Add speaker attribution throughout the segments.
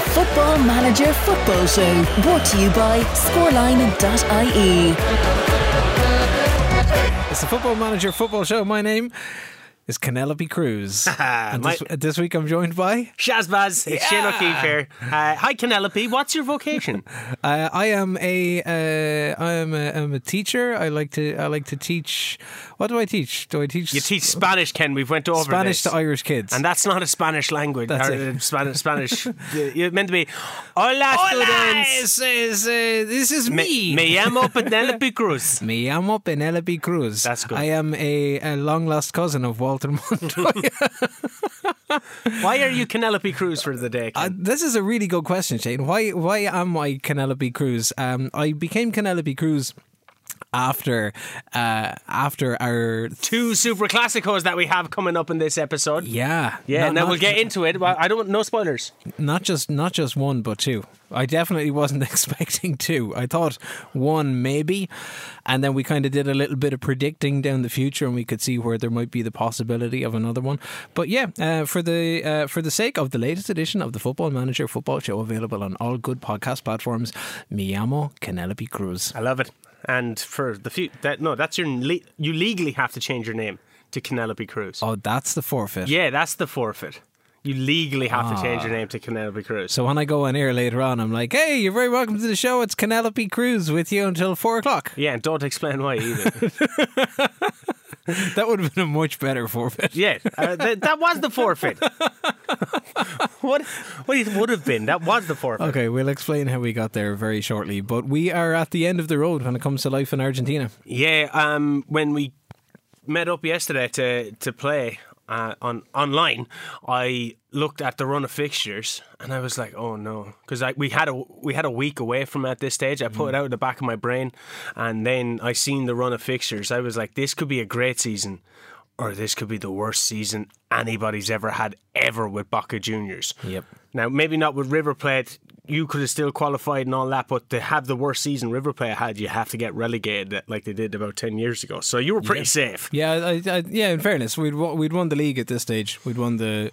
Speaker 1: Football Manager Football Show, brought to you by scoreline.ie.
Speaker 2: It's the Football Manager Football Show. My name is Penelope Cruz. and this, uh,
Speaker 3: My-
Speaker 2: this week I'm joined by.
Speaker 3: Shazbaz, it's Shane
Speaker 2: Yeah.
Speaker 3: O'Keefe here. Uh, hi, Penelope. What's your vocation?
Speaker 2: Uh, I am a uh, I am a, I'm a teacher. I like to I like to teach. What do I teach? Do I teach?
Speaker 3: You teach Spanish, Ken. We've went over
Speaker 2: Spanish
Speaker 3: this.
Speaker 2: to Irish kids.
Speaker 3: and that's not a Spanish language.
Speaker 2: That's
Speaker 3: or,
Speaker 2: it.
Speaker 3: uh, Spanish. Spanish. You're meant to be. Hola,
Speaker 2: Hola, es-
Speaker 3: students.
Speaker 2: es, eh, this is me.
Speaker 3: Me, me llamo Penelope Cruz.
Speaker 2: Me llamo Penelope Cruz.
Speaker 3: That's good.
Speaker 2: I am a, a long lost cousin of Walter Montoya.
Speaker 3: Why are you Penelope Cruz for the day? Ken?
Speaker 2: Uh, this is a really good question, Shane. Why why am I Penelope Cruz? Um, I became Penelope Cruz after uh, after our
Speaker 3: Two super classicos that we have coming up in this episode.
Speaker 2: yeah
Speaker 3: Yeah,
Speaker 2: Not-
Speaker 3: now
Speaker 2: not-
Speaker 3: we'll get into it. Well, I don't. No spoilers.
Speaker 2: not just not just one but two. I definitely wasn't expecting two. I thought one maybe, and then we kind of did a little bit of predicting down the future, and we could see where there might be the possibility of another one. But yeah, uh, for the uh, for the sake of the latest edition of the Football Manager Football Show, available on all good podcast platforms. Me llamo Penelope Cruz.
Speaker 3: I love it. And for the few that no, that's your le- you legally have to change your name to Penelope Cruz.
Speaker 2: Oh, that's the forfeit.
Speaker 3: Yeah, that's the forfeit. You legally have to change your name to Penelope Cruz.
Speaker 2: So when I go on air later on, I'm like, "Hey, you're very welcome to the show. It's Penelope Cruz with you until four o'clock."
Speaker 3: yeah, and don't explain why either.
Speaker 2: That would have been a much better forfeit.
Speaker 3: yeah, uh, th- that was the forfeit. what? What it would have been? That was the forfeit.
Speaker 2: Okay, we'll explain how we got there very shortly, but we are at the end of the road when it comes to life in Argentina.
Speaker 3: Yeah. Um. When we met up yesterday to to play uh, on online, I looked at the run of fixtures and I was like, "Oh no," because we had a we had a week away from at this stage. I put it out of the back of my brain, and then I seen the run of fixtures. I was like, "This could be a great season." Or this could be the worst season anybody's ever had ever with Boca Juniors.
Speaker 2: Yep.
Speaker 3: Now maybe not with River Plate, you could have still qualified and all that, but to have the worst season River Plate had, you have to get relegated like they did about ten years ago. So you were pretty safe.
Speaker 2: Yeah, I, I, yeah. In fairness, we'd won, we'd won the league at this stage. We'd won the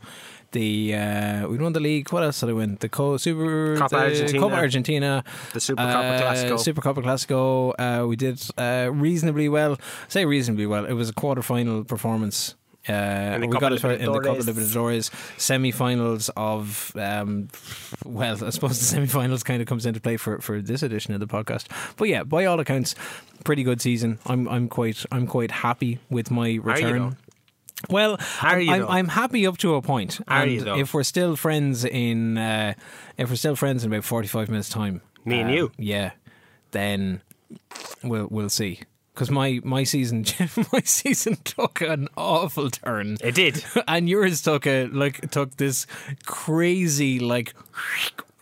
Speaker 2: the uh, we'd won the league. What else did I win? The Co- Super
Speaker 3: Copa
Speaker 2: the
Speaker 3: Argentina.
Speaker 2: Copa Argentina, Uh,
Speaker 3: The Super Copa Clásico.
Speaker 2: Super Copa Classico. Uh, we did uh, reasonably well. I say reasonably well. It was a quarter final performance. Uh, and
Speaker 3: the
Speaker 2: we
Speaker 3: Copa
Speaker 2: got it for- in the Copa
Speaker 3: Libertadores.
Speaker 2: Libertadores semi-finals of um, well, I suppose the semi-finals kind of comes into play for, for this edition of the podcast. But yeah, by all accounts, pretty good season. I'm I'm quite I'm quite happy with my
Speaker 3: Are you
Speaker 2: return.
Speaker 3: though?
Speaker 2: Well,
Speaker 3: Are
Speaker 2: I'm,
Speaker 3: you
Speaker 2: I'm,
Speaker 3: though?
Speaker 2: I'm happy up to a point.
Speaker 3: Are
Speaker 2: and
Speaker 3: you though?
Speaker 2: If we're still friends in, uh, if we're still friends in about forty-five minutes time,
Speaker 3: Me and
Speaker 2: um,
Speaker 3: you.
Speaker 2: yeah, then we'll we'll see. Because my my season my season took an awful turn,
Speaker 3: It did.
Speaker 2: and yours took a uh, like took this crazy like.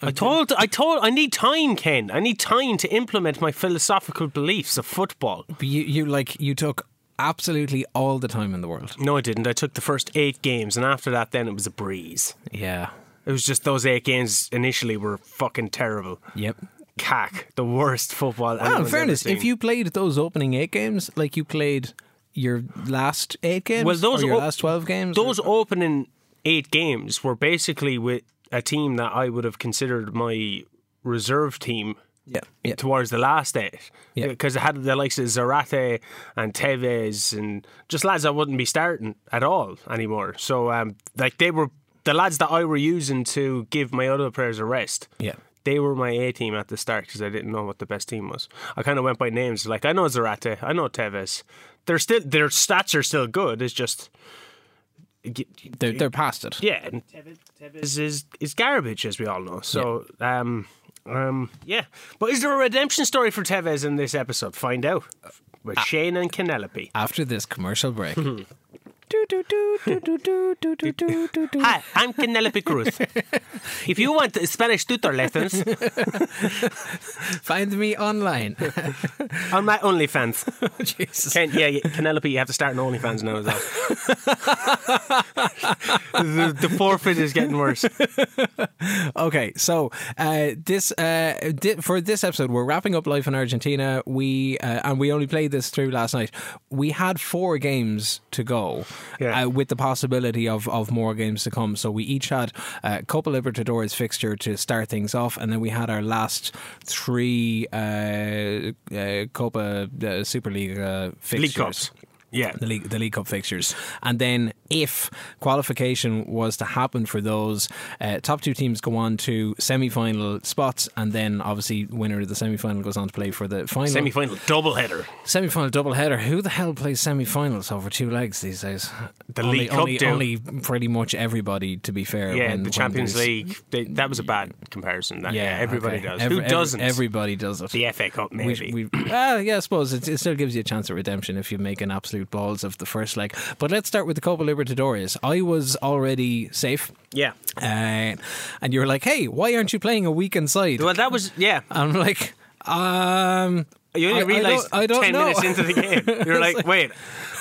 Speaker 3: I told I told I need time, Ken. I need time to implement my philosophical beliefs of football.
Speaker 2: You you like you took absolutely all the time in the world.
Speaker 3: No, I didn't. I took the first eight games and after that then it was a breeze.
Speaker 2: Yeah.
Speaker 3: It was just those eight games initially were fucking terrible.
Speaker 2: Yep.
Speaker 3: Cack, the worst football.
Speaker 2: Well, in
Speaker 3: anyone's ever
Speaker 2: Oh, fairness, if
Speaker 3: seen.
Speaker 2: you played those opening eight games, like you played your last eight games,
Speaker 3: Well, those
Speaker 2: or your
Speaker 3: op-
Speaker 2: last twelve games,
Speaker 3: Those opening eight games were basically with a team that I would have considered my reserve team
Speaker 2: yeah, yeah,
Speaker 3: towards the last eight.
Speaker 2: Yeah.
Speaker 3: Because it had the likes of Zarate and Tevez and just lads I wouldn't be starting at all anymore. So, um, like, they were the lads that I were using to give my other players a rest.
Speaker 2: yeah.
Speaker 3: They were my A team at the start because I didn't know what the best team was. I kind of went by names. Like I know Zarate, I know Tevez. They're still their stats are still good. It's just
Speaker 2: They're, they're past it.
Speaker 3: yeah, and Tevez, Tevez is is garbage as we all know. So um um yeah, but is there a redemption story for Tevez in this episode? Find out with Shane and Penelope.
Speaker 2: After this commercial break. Do, do, do, do, do, do, do, do, do, do, do.
Speaker 3: Hi, I'm Penelope Cruz. if you want Spanish tutor lessons
Speaker 2: Find me online.
Speaker 3: on my OnlyFans,
Speaker 2: Oh, Jesus.
Speaker 3: Ken, yeah, yeah, Penelope, you have to start an OnlyFans now as well. the, the forfeit is getting worse.
Speaker 2: Okay, so uh, this uh, di- for this episode, we're wrapping up life in Argentina. We uh, and we only played this through last night. We had four games to go.
Speaker 3: Yeah.
Speaker 2: uh, with the possibility of, of more games to come. So we each had uh, a couple Libertadores fixture to start things off, and then we had our last three uh, uh, Copa uh, Super League uh, fixtures
Speaker 3: League Cups. Yeah.
Speaker 2: the league the league cup fixtures and then if qualification was to happen for those uh, top two teams go on to semi-final spots and then obviously winner of the semi-final goes on to play for the final
Speaker 3: Semi final doubleheader.
Speaker 2: semi-final double header who the hell plays semi-finals over two legs these days
Speaker 3: The
Speaker 2: only,
Speaker 3: League Cup
Speaker 2: only,
Speaker 3: do.
Speaker 2: only pretty much everybody to be fair
Speaker 3: Yeah,
Speaker 2: when-
Speaker 3: the
Speaker 2: when
Speaker 3: Champions
Speaker 2: there's-
Speaker 3: League. They, that was a bad comparison. That, yeah, everybody
Speaker 2: okay.
Speaker 3: does.
Speaker 2: Every-
Speaker 3: Who
Speaker 2: every-
Speaker 3: doesn't?
Speaker 2: everybody does it
Speaker 3: the FA Cup,
Speaker 2: We-
Speaker 3: maybe.
Speaker 2: We, ah, yeah, I suppose it, it still gives you a chance at redemption if you make an absolute balls of the first leg. But let's start with the Copa Libertadores. I was already safe.
Speaker 3: yeah.
Speaker 2: Uh, and you were like, hey, why aren't you playing a weekend side?
Speaker 3: Well, that was, yeah.
Speaker 2: I'm like, um,
Speaker 3: You
Speaker 2: I- I
Speaker 3: only
Speaker 2: don't-
Speaker 3: realised
Speaker 2: I don't
Speaker 3: 10
Speaker 2: know.
Speaker 3: minutes into the game. You're like, wait,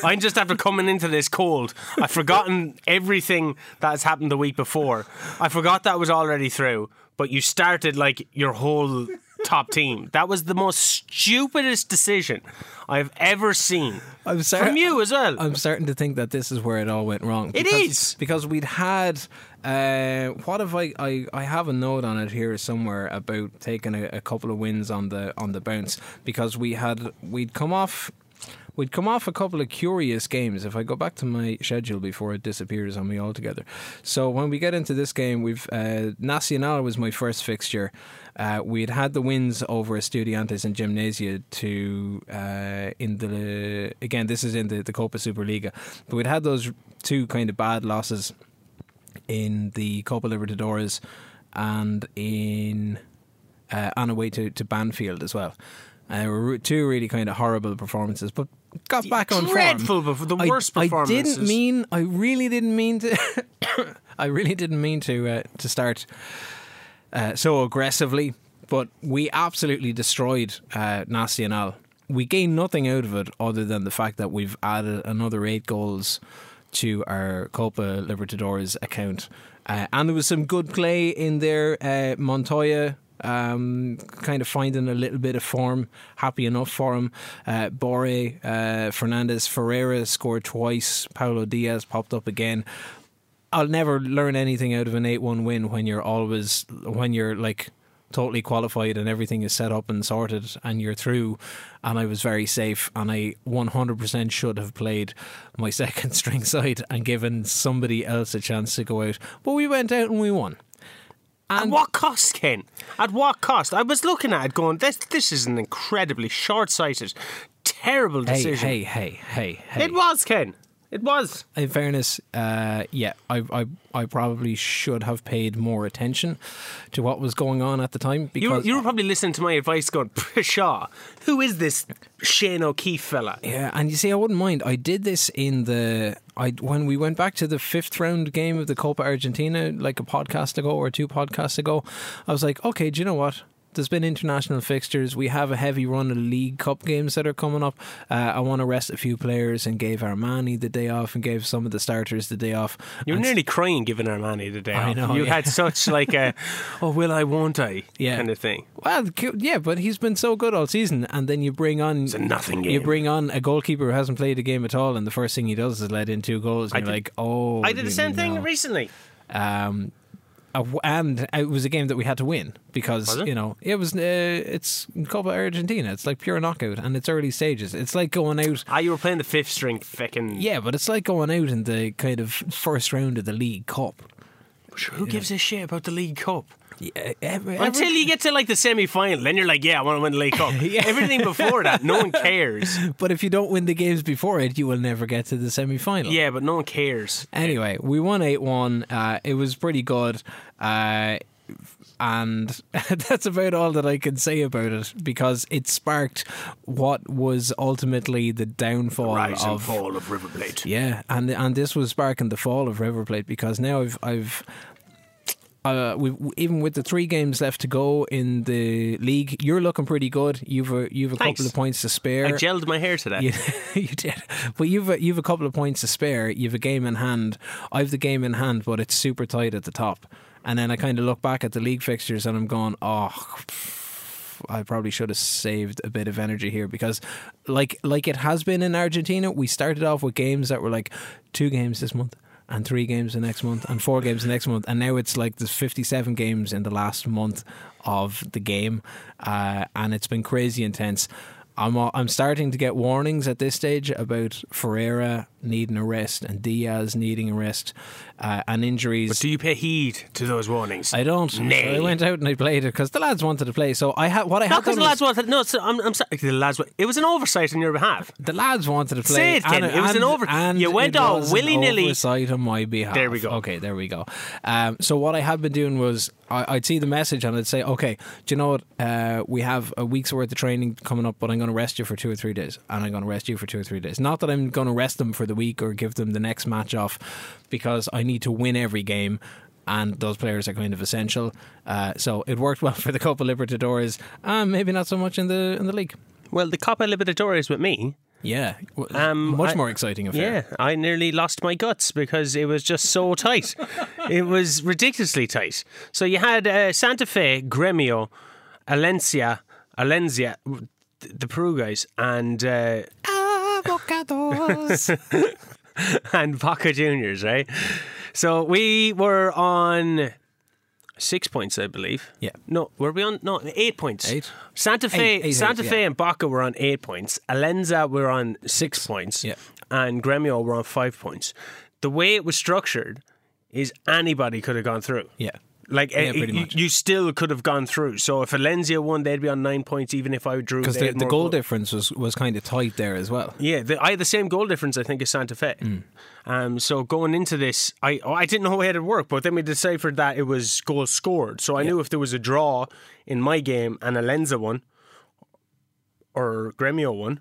Speaker 3: I'm just after coming into this cold. I've forgotten everything that's happened the week before. I forgot that was already through, but you started like your whole top team. That was the most stupidest decision I've ever seen.
Speaker 2: I'm sorry.
Speaker 3: From you as well.
Speaker 2: I'm starting to think that this is where it all went wrong.
Speaker 3: It
Speaker 2: It
Speaker 3: is.
Speaker 2: is because, we'd had. Uh, what if I, I I have a note on it here somewhere about taking a, a couple of wins on the on the bounce because we had we'd come off. We'd come off a couple of curious games if I go back to my schedule before it disappears on me altogether. So when we get into this game, we've uh, Nacional was my first fixture. Uh, we'd had the wins over Estudiantes and Gimnasia to uh, in the again this is in the, the Copa Superliga, but we'd had those two kind of bad losses in the Copa Libertadores and in uh, on a way to, to Banfield as well. Uh, were re- two really kind of horrible performances, but got back on
Speaker 3: Dreadful,
Speaker 2: form.
Speaker 3: but the
Speaker 2: I-
Speaker 3: worst
Speaker 2: I didn't
Speaker 3: performances.
Speaker 2: mean. I really didn't mean to. I really didn't mean to uh, to start uh, so aggressively, but we absolutely destroyed uh, Nacional. We gained nothing out of it other than the fact that we've added another eight goals to our Copa Libertadores account. Uh, and there was some good play in there. Uh, Montoya um, kind of finding a little bit of form, happy enough for him. Uh, Borre, uh, Fernandez, Ferreira scored twice. Paulo Diaz popped up again. I'll never learn anything out of an 8 1 win when you're always, when you're like totally qualified and everything is set up and sorted and you're through. And I was very safe and I 100% should have played my second string side and given somebody else a chance to go out. But we went out and we won.
Speaker 3: At what cost, Ken? At what cost? I was looking at it going, this, this is an incredibly short sighted, terrible
Speaker 2: Hey,
Speaker 3: decision.
Speaker 2: hey, hey, hey, hey.
Speaker 3: It was, Ken. It was.
Speaker 2: in fairness, uh, yeah, I, I I probably should have paid more attention to what was going on at the time
Speaker 3: You were,
Speaker 2: because
Speaker 3: you were probably listening to my advice going, pshaw, who is this Shane O'Keefe fella?
Speaker 2: yeah, and you see, I wouldn't mind. I did this in the I when we went back to the fifth round game of the Copa Argentina, like a podcast ago or two podcasts ago. I was like, okay, do you know what? There's been international fixtures. We have a heavy run of League Cup games that are coming up. Uh, I want to rest a few players and gave Armani the day off and gave some of the starters the day off.
Speaker 3: You were
Speaker 2: And
Speaker 3: nearly crying giving Armani the day
Speaker 2: I
Speaker 3: off.
Speaker 2: know,
Speaker 3: you
Speaker 2: yeah.
Speaker 3: had such like a, oh, will I, won't I
Speaker 2: Yeah.
Speaker 3: kind of thing.
Speaker 2: Well, c- yeah, but he's been so good all season, and then you bring on
Speaker 3: It's a nothing
Speaker 2: You
Speaker 3: game.
Speaker 2: bring on a goalkeeper who hasn't played a game at all, and the first thing he does is let in two goals. And you're
Speaker 3: did-
Speaker 2: like, oh,
Speaker 3: I did the same thing
Speaker 2: no.
Speaker 3: recently.
Speaker 2: Um, a w- and it was a game that we had to win because
Speaker 3: Was it?
Speaker 2: you know it was uh, it's Copa Argentina. It's like pure knockout, and it's early stages. It's like going out.
Speaker 3: Ah, you were playing the fifth string fucking.
Speaker 2: Yeah, but it's like going out in the kind of first round of the League Cup.
Speaker 3: Who gives a shit about the League Cup?
Speaker 2: Yeah, every-
Speaker 3: Until
Speaker 2: every-
Speaker 3: you get to like the semi final, then you're like, yeah, I want to win the League Cup. Everything before that, no one cares.
Speaker 2: but if you don't win the games before it, you will never get to the semi final.
Speaker 3: Yeah, but no one cares.
Speaker 2: Anyway, we won 8 1. Uh, it was pretty good. Uh, and that's about all that I can say about it because it sparked what was ultimately the downfall
Speaker 3: Rise and
Speaker 2: of
Speaker 3: fall of River Plate.
Speaker 2: yeah, and and this was sparking the fall of River Plate because now I've I've uh, we've, even with the three games left to go in the league, you're looking pretty good. You've a, you've a
Speaker 3: Thanks.
Speaker 2: couple of points to spare.
Speaker 3: I gelled my hair today.
Speaker 2: You, you did, but you've a, you've a couple of points to spare. You've a game in hand. I've the game in hand, but it's super tight at the top. And then I kind of look back at the league fixtures and I'm going, oh, pff, I probably should have saved a bit of energy here because, like, like it has been in Argentina, we started off with games that were like two games this month and three games the next month and four games the next month, and now it's like there's 57 games in the last month of the game, uh, and it's been crazy intense. I'm I'm starting to get warnings at this stage about Ferreira needing a rest and Diaz needing a rest, uh, and injuries.
Speaker 3: But do you pay heed to those warnings?
Speaker 2: I don't.
Speaker 3: Nay.
Speaker 2: So I went out and I played it because the lads wanted to play. So I had what I
Speaker 3: Not
Speaker 2: had.
Speaker 3: because
Speaker 2: done
Speaker 3: the lads
Speaker 2: was-
Speaker 3: wanted. No, so I'm, I'm sorry. The lads. wa- It was an oversight on your behalf.
Speaker 2: the lads wanted to play.
Speaker 3: Say it, Ken.
Speaker 2: and-
Speaker 3: It was an
Speaker 2: and-
Speaker 3: over-
Speaker 2: and
Speaker 3: you went
Speaker 2: it
Speaker 3: all
Speaker 2: was an
Speaker 3: willy-nilly.
Speaker 2: Oversight on my behalf.
Speaker 3: There we go.
Speaker 2: Okay, there we go. Um, so what I had been doing was I, I'd see the message and I'd say, okay, do you know what? Uh, we have a week's worth of training coming up, but I'm going to rest you for two or three days, and I'm going to rest you for two or three days. Not that I'm going to rest them for the week or give them the next match off, because I need to win every game. And those players are kind of essential, uh, so it worked well for the Copa Libertadores. Um, maybe not so much in the in the league.
Speaker 3: Well, the Copa Libertadores with me.
Speaker 2: Yeah, w-
Speaker 3: Um,
Speaker 2: much
Speaker 3: I-
Speaker 2: more exciting affair.
Speaker 3: Yeah, I nearly lost my guts because it was just so tight. it was ridiculously tight. So you had uh, Santa Fe, Gremio, Alencia, Alencia, w- th- the Peru guys, and uh,
Speaker 2: Avocados.
Speaker 3: and Boca Juniors, right? So we were on six points, I believe.
Speaker 2: Yeah.
Speaker 3: No, were we on? No, eight points.
Speaker 2: Eight?
Speaker 3: Santa Fe,
Speaker 2: Eight, eight,
Speaker 3: Santa
Speaker 2: eight,
Speaker 3: Fe,
Speaker 2: yeah.
Speaker 3: and Baca were on eight points. Alenza were on six, points.
Speaker 2: yeah.
Speaker 3: And Gremio were on five points. The way it was structured is anybody could have gone through.
Speaker 2: yeah.
Speaker 3: Like eh,
Speaker 2: pretty
Speaker 3: you,
Speaker 2: much.
Speaker 3: you still could have gone through. So if Alenzia won, they'd be on nine points. Even if I drew,
Speaker 2: Because
Speaker 3: they
Speaker 2: the,
Speaker 3: had
Speaker 2: the
Speaker 3: more
Speaker 2: goal
Speaker 3: goal-
Speaker 2: difference was, was kind of tight there as well.
Speaker 3: yeah, the, I had the same goal difference, I think, as Santa Fe.
Speaker 2: Mm.
Speaker 3: Um, so going into this, I oh, I didn't know how it'd work, but then we deciphered that it was goals scored. So I knew if there was a draw in my game and Alenza won or Gremio won,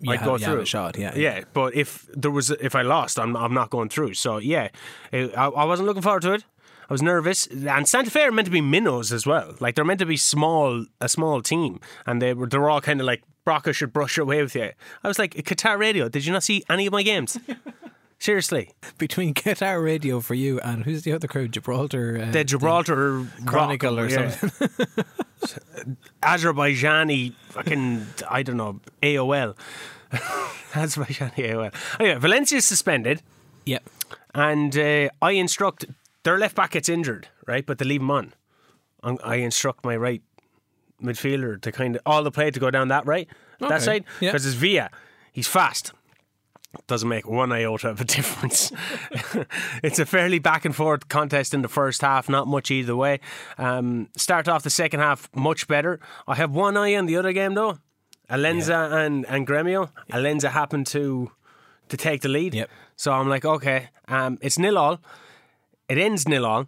Speaker 2: You
Speaker 3: I'd
Speaker 2: have-
Speaker 3: go
Speaker 2: you have
Speaker 3: through.
Speaker 2: a shot, yeah.
Speaker 3: yeah. But if there was, if I lost, I'm I'm not going through. So yeah, it, I, I wasn't looking forward to it. I was nervous, and Santa Fe are meant to be minnows as well. Like they're meant to be small, a small team, and they were they're all kind of like Broca should brush away with you. I was like Qatar Radio. Did you not see any of my games? Seriously,
Speaker 2: Between Qatar Radio for you and who's the other crew? Gibraltar. Uh,
Speaker 3: the Gibraltar
Speaker 2: Chronicle
Speaker 3: Rock-
Speaker 2: or
Speaker 3: yeah. Azerbaijani fucking I don't know AOL. Azerbaijani AOL. Anyway, Valencia is suspended.
Speaker 2: Yeah.
Speaker 3: And uh, I instruct their left back gets injured, right? But they leave him on. I'm- I instruct my right midfielder to kind of all the play to go down that right, that
Speaker 2: Okay,
Speaker 3: side,
Speaker 2: yeah.
Speaker 3: because it's Villa. He's fast. Doesn't make one iota of a difference. it's a fairly back and forth contest in the first half, not much either way. Um, start off the second half much better. I have one eye on the other game though. Alenza and, and Gremio. Alenza happened to to take the lead.
Speaker 2: Yep.
Speaker 3: So I'm like, okay, um, it's nil all. It ends nil all,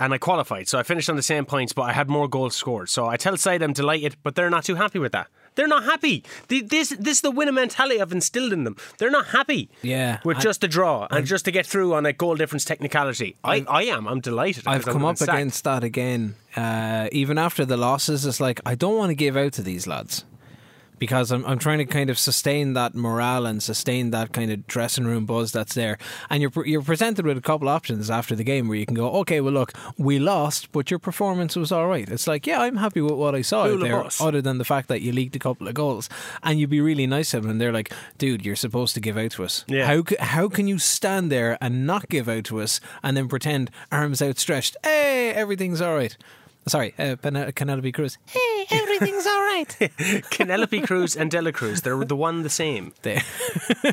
Speaker 3: and I qualified. So I finished on the same points, but I had more goals scored. So I tell side I'm delighted, but they're not too happy with that. They're not happy. The- This this is the winner mentality I've instilled in them. They're not happy.
Speaker 2: Yeah,
Speaker 3: With
Speaker 2: I-
Speaker 3: just a draw and just to get through on a goal difference technicality. I, I am. I'm delighted. 'cause
Speaker 2: I've
Speaker 3: I'm
Speaker 2: come
Speaker 3: getting
Speaker 2: up
Speaker 3: sacked.
Speaker 2: against that again. Uh, even after the losses, it's like, I don't want to give out to these lads. because I'm, I'm trying to kind of sustain that morale and sustain that kind of dressing room buzz that's there. And you're pre- you're presented with a couple options after the game where you can go, okay, well look, we lost, but your performance was all right. It's like, yeah, I'm happy with what I saw
Speaker 3: Cool
Speaker 2: out there,
Speaker 3: boss.
Speaker 2: other than the fact that you leaked a couple of goals. And you'd be really nice to them, and they're like, dude, you're supposed to give out to us.
Speaker 3: Yeah.
Speaker 2: How c- how can you stand there and not give out to us, and then pretend arms outstretched, hey, everything's all right. Sorry, uh, Pen- Penelope Cruz. Hey, everything's all right.
Speaker 3: Penelope Cruz and Dela Cruz. They're the one the same.
Speaker 2: There.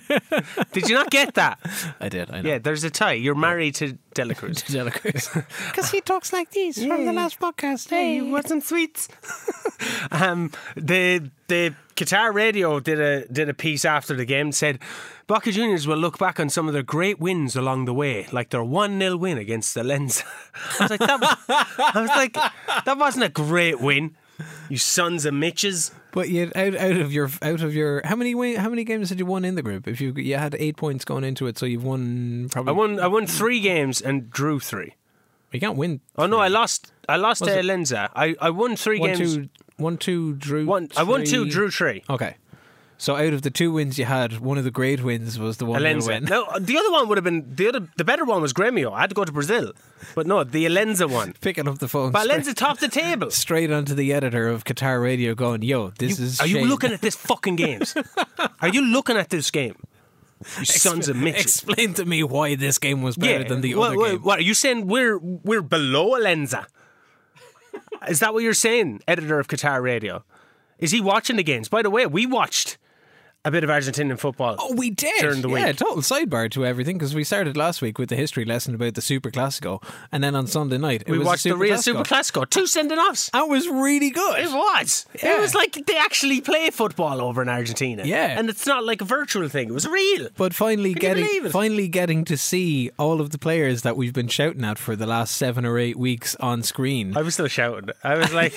Speaker 3: Did you not get that?
Speaker 2: I did. I know.
Speaker 3: Yeah, there's a tie. You're married to Dela Cruz.
Speaker 2: Because he talks like these from the last podcast.
Speaker 3: Hey, you want some sweets? um, the the Qatar radio did a did a piece after the game and said Boca Juniors will look back on some of their great wins along the way, like their one 0 win against the Lens. I was like, that was, I was like, that wasn't a great win. You sons of Mitches.
Speaker 2: But you out out of your out of your how many win, how many games did you won in the group? If you you had eight points going into it, so you've won probably.
Speaker 3: I won I won three games and drew three.
Speaker 2: You can't win.
Speaker 3: Oh no, I lost I lost to
Speaker 2: Was it-
Speaker 3: Lenza. I, I won three
Speaker 2: One
Speaker 3: games.
Speaker 2: two one two drew.
Speaker 3: One I won two,
Speaker 2: three.
Speaker 3: drew three.
Speaker 2: Okay. So out of the two wins you had, one of the great wins was the one you
Speaker 3: Alenza.
Speaker 2: win.
Speaker 3: No, the other one would have been the other. The better one was Grêmio. I had to go to Brazil, but no, the Alenza one.
Speaker 2: Picking up the phone,
Speaker 3: But
Speaker 2: straight,
Speaker 3: Alenza topped the table.
Speaker 2: straight onto the editor of Qatar Radio, going, "Yo, this is
Speaker 3: Are you
Speaker 2: Shane.
Speaker 3: looking at this fucking games? Are you looking at this game? You sons of bitches.
Speaker 2: Explain to me why this game was better than the
Speaker 3: what,
Speaker 2: other
Speaker 3: what,
Speaker 2: game."
Speaker 3: What are you saying? We're we're below Alenza. Is that what you're saying, editor of Qatar Radio? Is he watching the games? By the way, we watched a bit of Argentinian football.
Speaker 2: Oh, we did.
Speaker 3: During the
Speaker 2: yeah,
Speaker 3: week.
Speaker 2: total sidebar to everything because we started last week with the history lesson about the Super Classico, and then on Sunday night it
Speaker 3: we
Speaker 2: was
Speaker 3: watched the
Speaker 2: Super
Speaker 3: real
Speaker 2: Classico.
Speaker 3: Super Classico. Two sending offs.
Speaker 2: That was really good.
Speaker 3: It was.
Speaker 2: Yeah.
Speaker 3: It was like they actually play football over in Argentina.
Speaker 2: Yeah.
Speaker 3: and it's not like a virtual thing. It was real.
Speaker 2: But finally
Speaker 3: Can you believe
Speaker 2: getting
Speaker 3: it?
Speaker 2: finally getting to see all of the players that we've been shouting at for the last seven or eight weeks on screen.
Speaker 3: I was still shouting. I was like,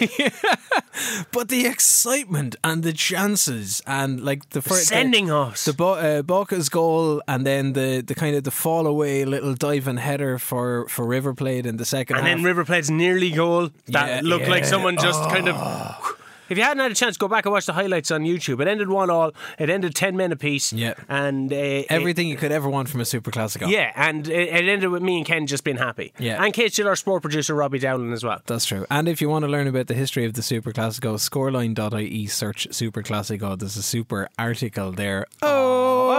Speaker 2: But the excitement and the chances and like the first
Speaker 3: sending
Speaker 2: the,
Speaker 3: offs.
Speaker 2: the Bo- uh, Boca's goal and then the, the kind of the fall away little dive and header for, for River Plate in the second
Speaker 3: And
Speaker 2: half.
Speaker 3: then River Plate's nearly goal that
Speaker 2: Yeah,
Speaker 3: looked like
Speaker 2: yeah.
Speaker 3: someone just kind of. Oh. If you hadn't had a chance, go back and watch the highlights on YouTube. It ended one all. It ended ten men apiece.
Speaker 2: Yeah.
Speaker 3: and uh, it-
Speaker 2: Everything you could ever want from a Super Classico.
Speaker 3: yeah, and it, it ended with me and Ken just being happy.
Speaker 2: Yeah.
Speaker 3: and Kate Jill, our sport producer Robbie Dowling as well.
Speaker 2: That's true. And if you want to learn about the history of the Super Classico, scoreline.ie E, search Super Classico. There's a super article there. Oh,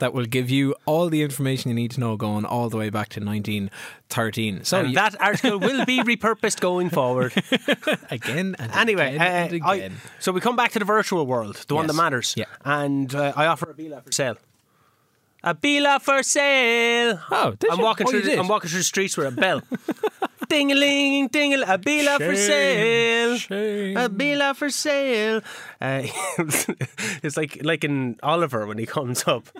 Speaker 2: that will give you all the information you need to know going all the way back to 1913. So
Speaker 3: And
Speaker 2: you-
Speaker 3: that article will be repurposed going forward.
Speaker 2: again and
Speaker 3: Anyway,
Speaker 2: again and
Speaker 3: uh, I-
Speaker 2: again.
Speaker 3: so we come back to the virtual world, the one
Speaker 2: Yes.
Speaker 3: that matters.
Speaker 2: Yeah.
Speaker 3: And uh, I offer a Bila for sale. A Bila for sale.
Speaker 2: Oh, did
Speaker 3: I'm
Speaker 2: you?
Speaker 3: walking
Speaker 2: Oh,
Speaker 3: through.
Speaker 2: you
Speaker 3: the,
Speaker 2: did?
Speaker 3: I'm walking through the streets with a bell. ding a ling, ding a Bila for sale.
Speaker 2: shame.
Speaker 3: A Bila for sale. Uh, it's like like in Oliver when he comes up.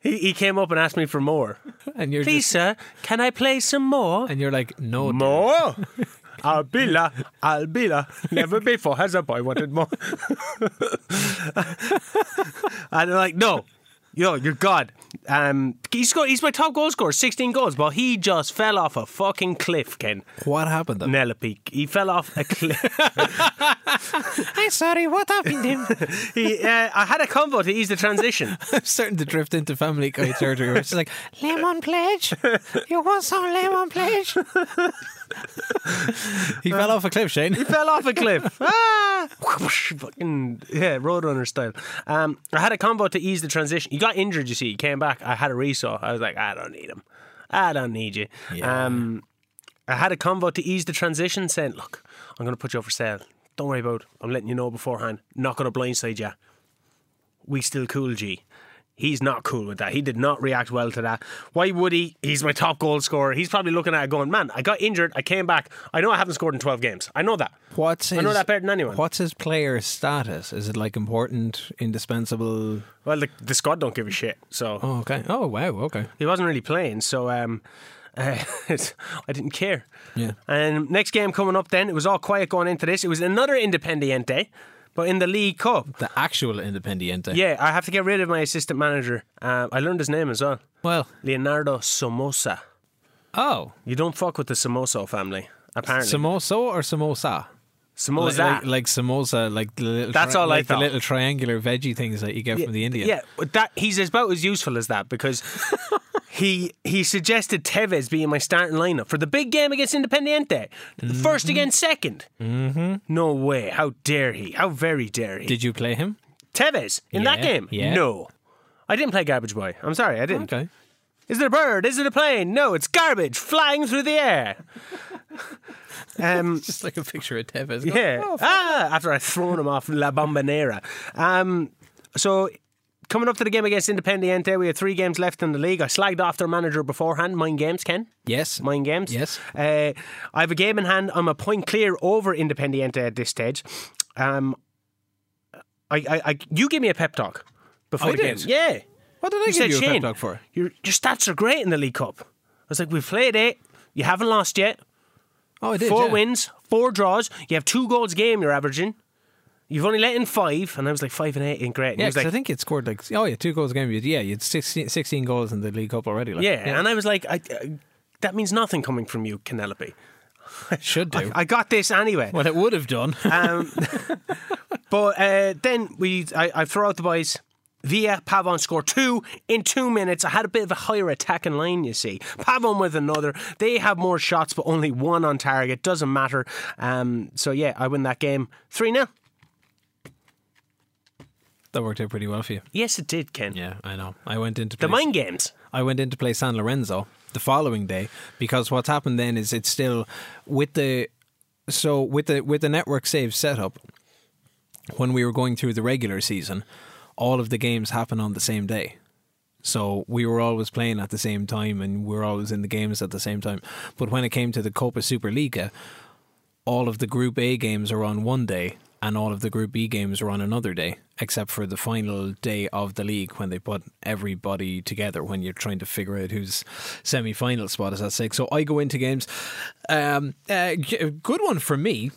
Speaker 3: He, he came up and asked me for more.
Speaker 2: and you're
Speaker 3: Please,
Speaker 2: just-
Speaker 3: sir, can I play some more?
Speaker 2: and you're like, no, dude.
Speaker 3: More? Albila, Albila. Never before has a boy wanted more. and they're like, no, yo, you're God. Um, he's, got, he's my top goal scorer, 16 goals, but he just fell off a fucking cliff, Ken.
Speaker 2: what happened? Then?
Speaker 3: Penelope. He fell off a cliff.
Speaker 2: I'm sorry, what happened? Him?
Speaker 3: he, uh, I had a combo to ease the transition.
Speaker 2: I'm starting to drift into family guy territory. Where it's just like lemon pledge. You want some lemon pledge? he fell off a cliff, Shane.
Speaker 3: He fell off a cliff. Ah! Whoosh, fucking yeah, roadrunner style. Um, I had a combo to ease the transition. He got injured, you see. He came back. I had a resaw. I was like, I don't need him. I don't need you.
Speaker 2: Yeah.
Speaker 3: Um, I had a combo to ease the transition, saying, "Look, I'm going to put you up for sale. Don't worry about. It. I'm letting you know beforehand. Not going to blindside you. We still cool, G." He's not cool with that. He did not react well to that. Why would he? He's my top goal scorer. He's probably looking at it going, man, I got injured. I came back. I know I haven't scored in 12 games. I know that.
Speaker 2: What's his,
Speaker 3: I know that better than anyone.
Speaker 2: What's his player status? Is it like important, indispensable?
Speaker 3: Well, the, the squad don't give a shit, so
Speaker 2: Oh, okay. Oh, wow. Okay.
Speaker 3: he wasn't really playing. So um, uh, it's, I didn't care.
Speaker 2: Yeah.
Speaker 3: And next game coming up, then it was all quiet going into this. It was another Independiente, but in the League Cup.
Speaker 2: The actual Independiente.
Speaker 3: Yeah, I have to get rid of my assistant manager. Um, I learned his name as well,
Speaker 2: Well,
Speaker 3: Leonardo Somoza.
Speaker 2: oh,
Speaker 3: You don't fuck with the Somoza family, apparently.
Speaker 2: Samoso or Samosa? Like,
Speaker 3: Somoza.
Speaker 2: like, like samosa, like the little
Speaker 3: That's all I
Speaker 2: like the
Speaker 3: thought.
Speaker 2: little triangular veggie things that you get from the Indian.
Speaker 3: Yeah, but that he's about as useful as that because he he suggested Tevez being my starting lineup for the big game against Independiente, the first against 2nd Mm-hmm. No way! How dare he? How very dare he?
Speaker 2: Did you play him?
Speaker 3: Tevez in that
Speaker 2: Yeah,
Speaker 3: game?
Speaker 2: yeah.
Speaker 3: No, I didn't play Garbage Boy. I'm sorry, I didn't.
Speaker 2: Okay.
Speaker 3: Is it a bird? Is it a plane? No, it's garbage flying through the air. um,
Speaker 2: Just like a picture of Tevez. going,
Speaker 3: yeah. ah, after I've thrown him off La Bombonera. Um, so. Coming up to the game against Independiente, we had three games left in the league. I slagged off their manager beforehand. Mind games, Ken.
Speaker 2: Yes.
Speaker 3: Mind games.
Speaker 2: Yes.
Speaker 3: Uh, I have a game in hand. I'm a point clear over Independiente at this stage. Um, I, I, I you gave me a pep talk before
Speaker 2: Oh, I
Speaker 3: the
Speaker 2: did?
Speaker 3: game. Yeah.
Speaker 2: What did I
Speaker 3: You
Speaker 2: give
Speaker 3: said
Speaker 2: you a
Speaker 3: Shane,
Speaker 2: pep talk for?
Speaker 3: Your, your stats are great in the League Cup. I was like, we've played eight. You haven't lost yet.
Speaker 2: Oh, I did.
Speaker 3: Four
Speaker 2: yeah.
Speaker 3: wins, four draws. You have two goals a game. You're averaging. You've only let in five, and I was like five and eight ain't great. And
Speaker 2: Yeah,
Speaker 3: he was
Speaker 2: 'cause I
Speaker 3: like,
Speaker 2: think it scored like oh yeah, two goals a game. You'd- Yeah, you'd 16, 16 goals in the League Cup already. Like,
Speaker 3: yeah. and I was like, I, I, that means nothing coming from you, Canelope.
Speaker 2: should do.
Speaker 3: I got this anyway. Uh,
Speaker 2: well, it would have done.
Speaker 3: Um, But uh, then we, I, I throw out the boys. Via Pavon score two in two minutes. I had a bit of a higher attacking line, you see. Pavon with another. They have more shots, but only one on target. Doesn't matter. Um, so yeah, I win that game three 0
Speaker 2: That worked out pretty well for you.
Speaker 3: Yes, it did, Ken.
Speaker 2: Yeah, I know. I went into
Speaker 3: The mind games.
Speaker 2: I went in to play San Lorenzo the following day because what's happened then is it's still with the so with the with the network save setup when we were going through the regular season, all of the games happen on the same day. So we were always playing at the same time and we were always in the games at the same time. But when it came to the Copa Superliga, all of the Group A games are on one day and all of the Group B games are on another day, except for the final day of the league when they put everybody together when you're trying to figure out whose semi final spot is at stake. So I go into games. Um, uh, g- good one for me.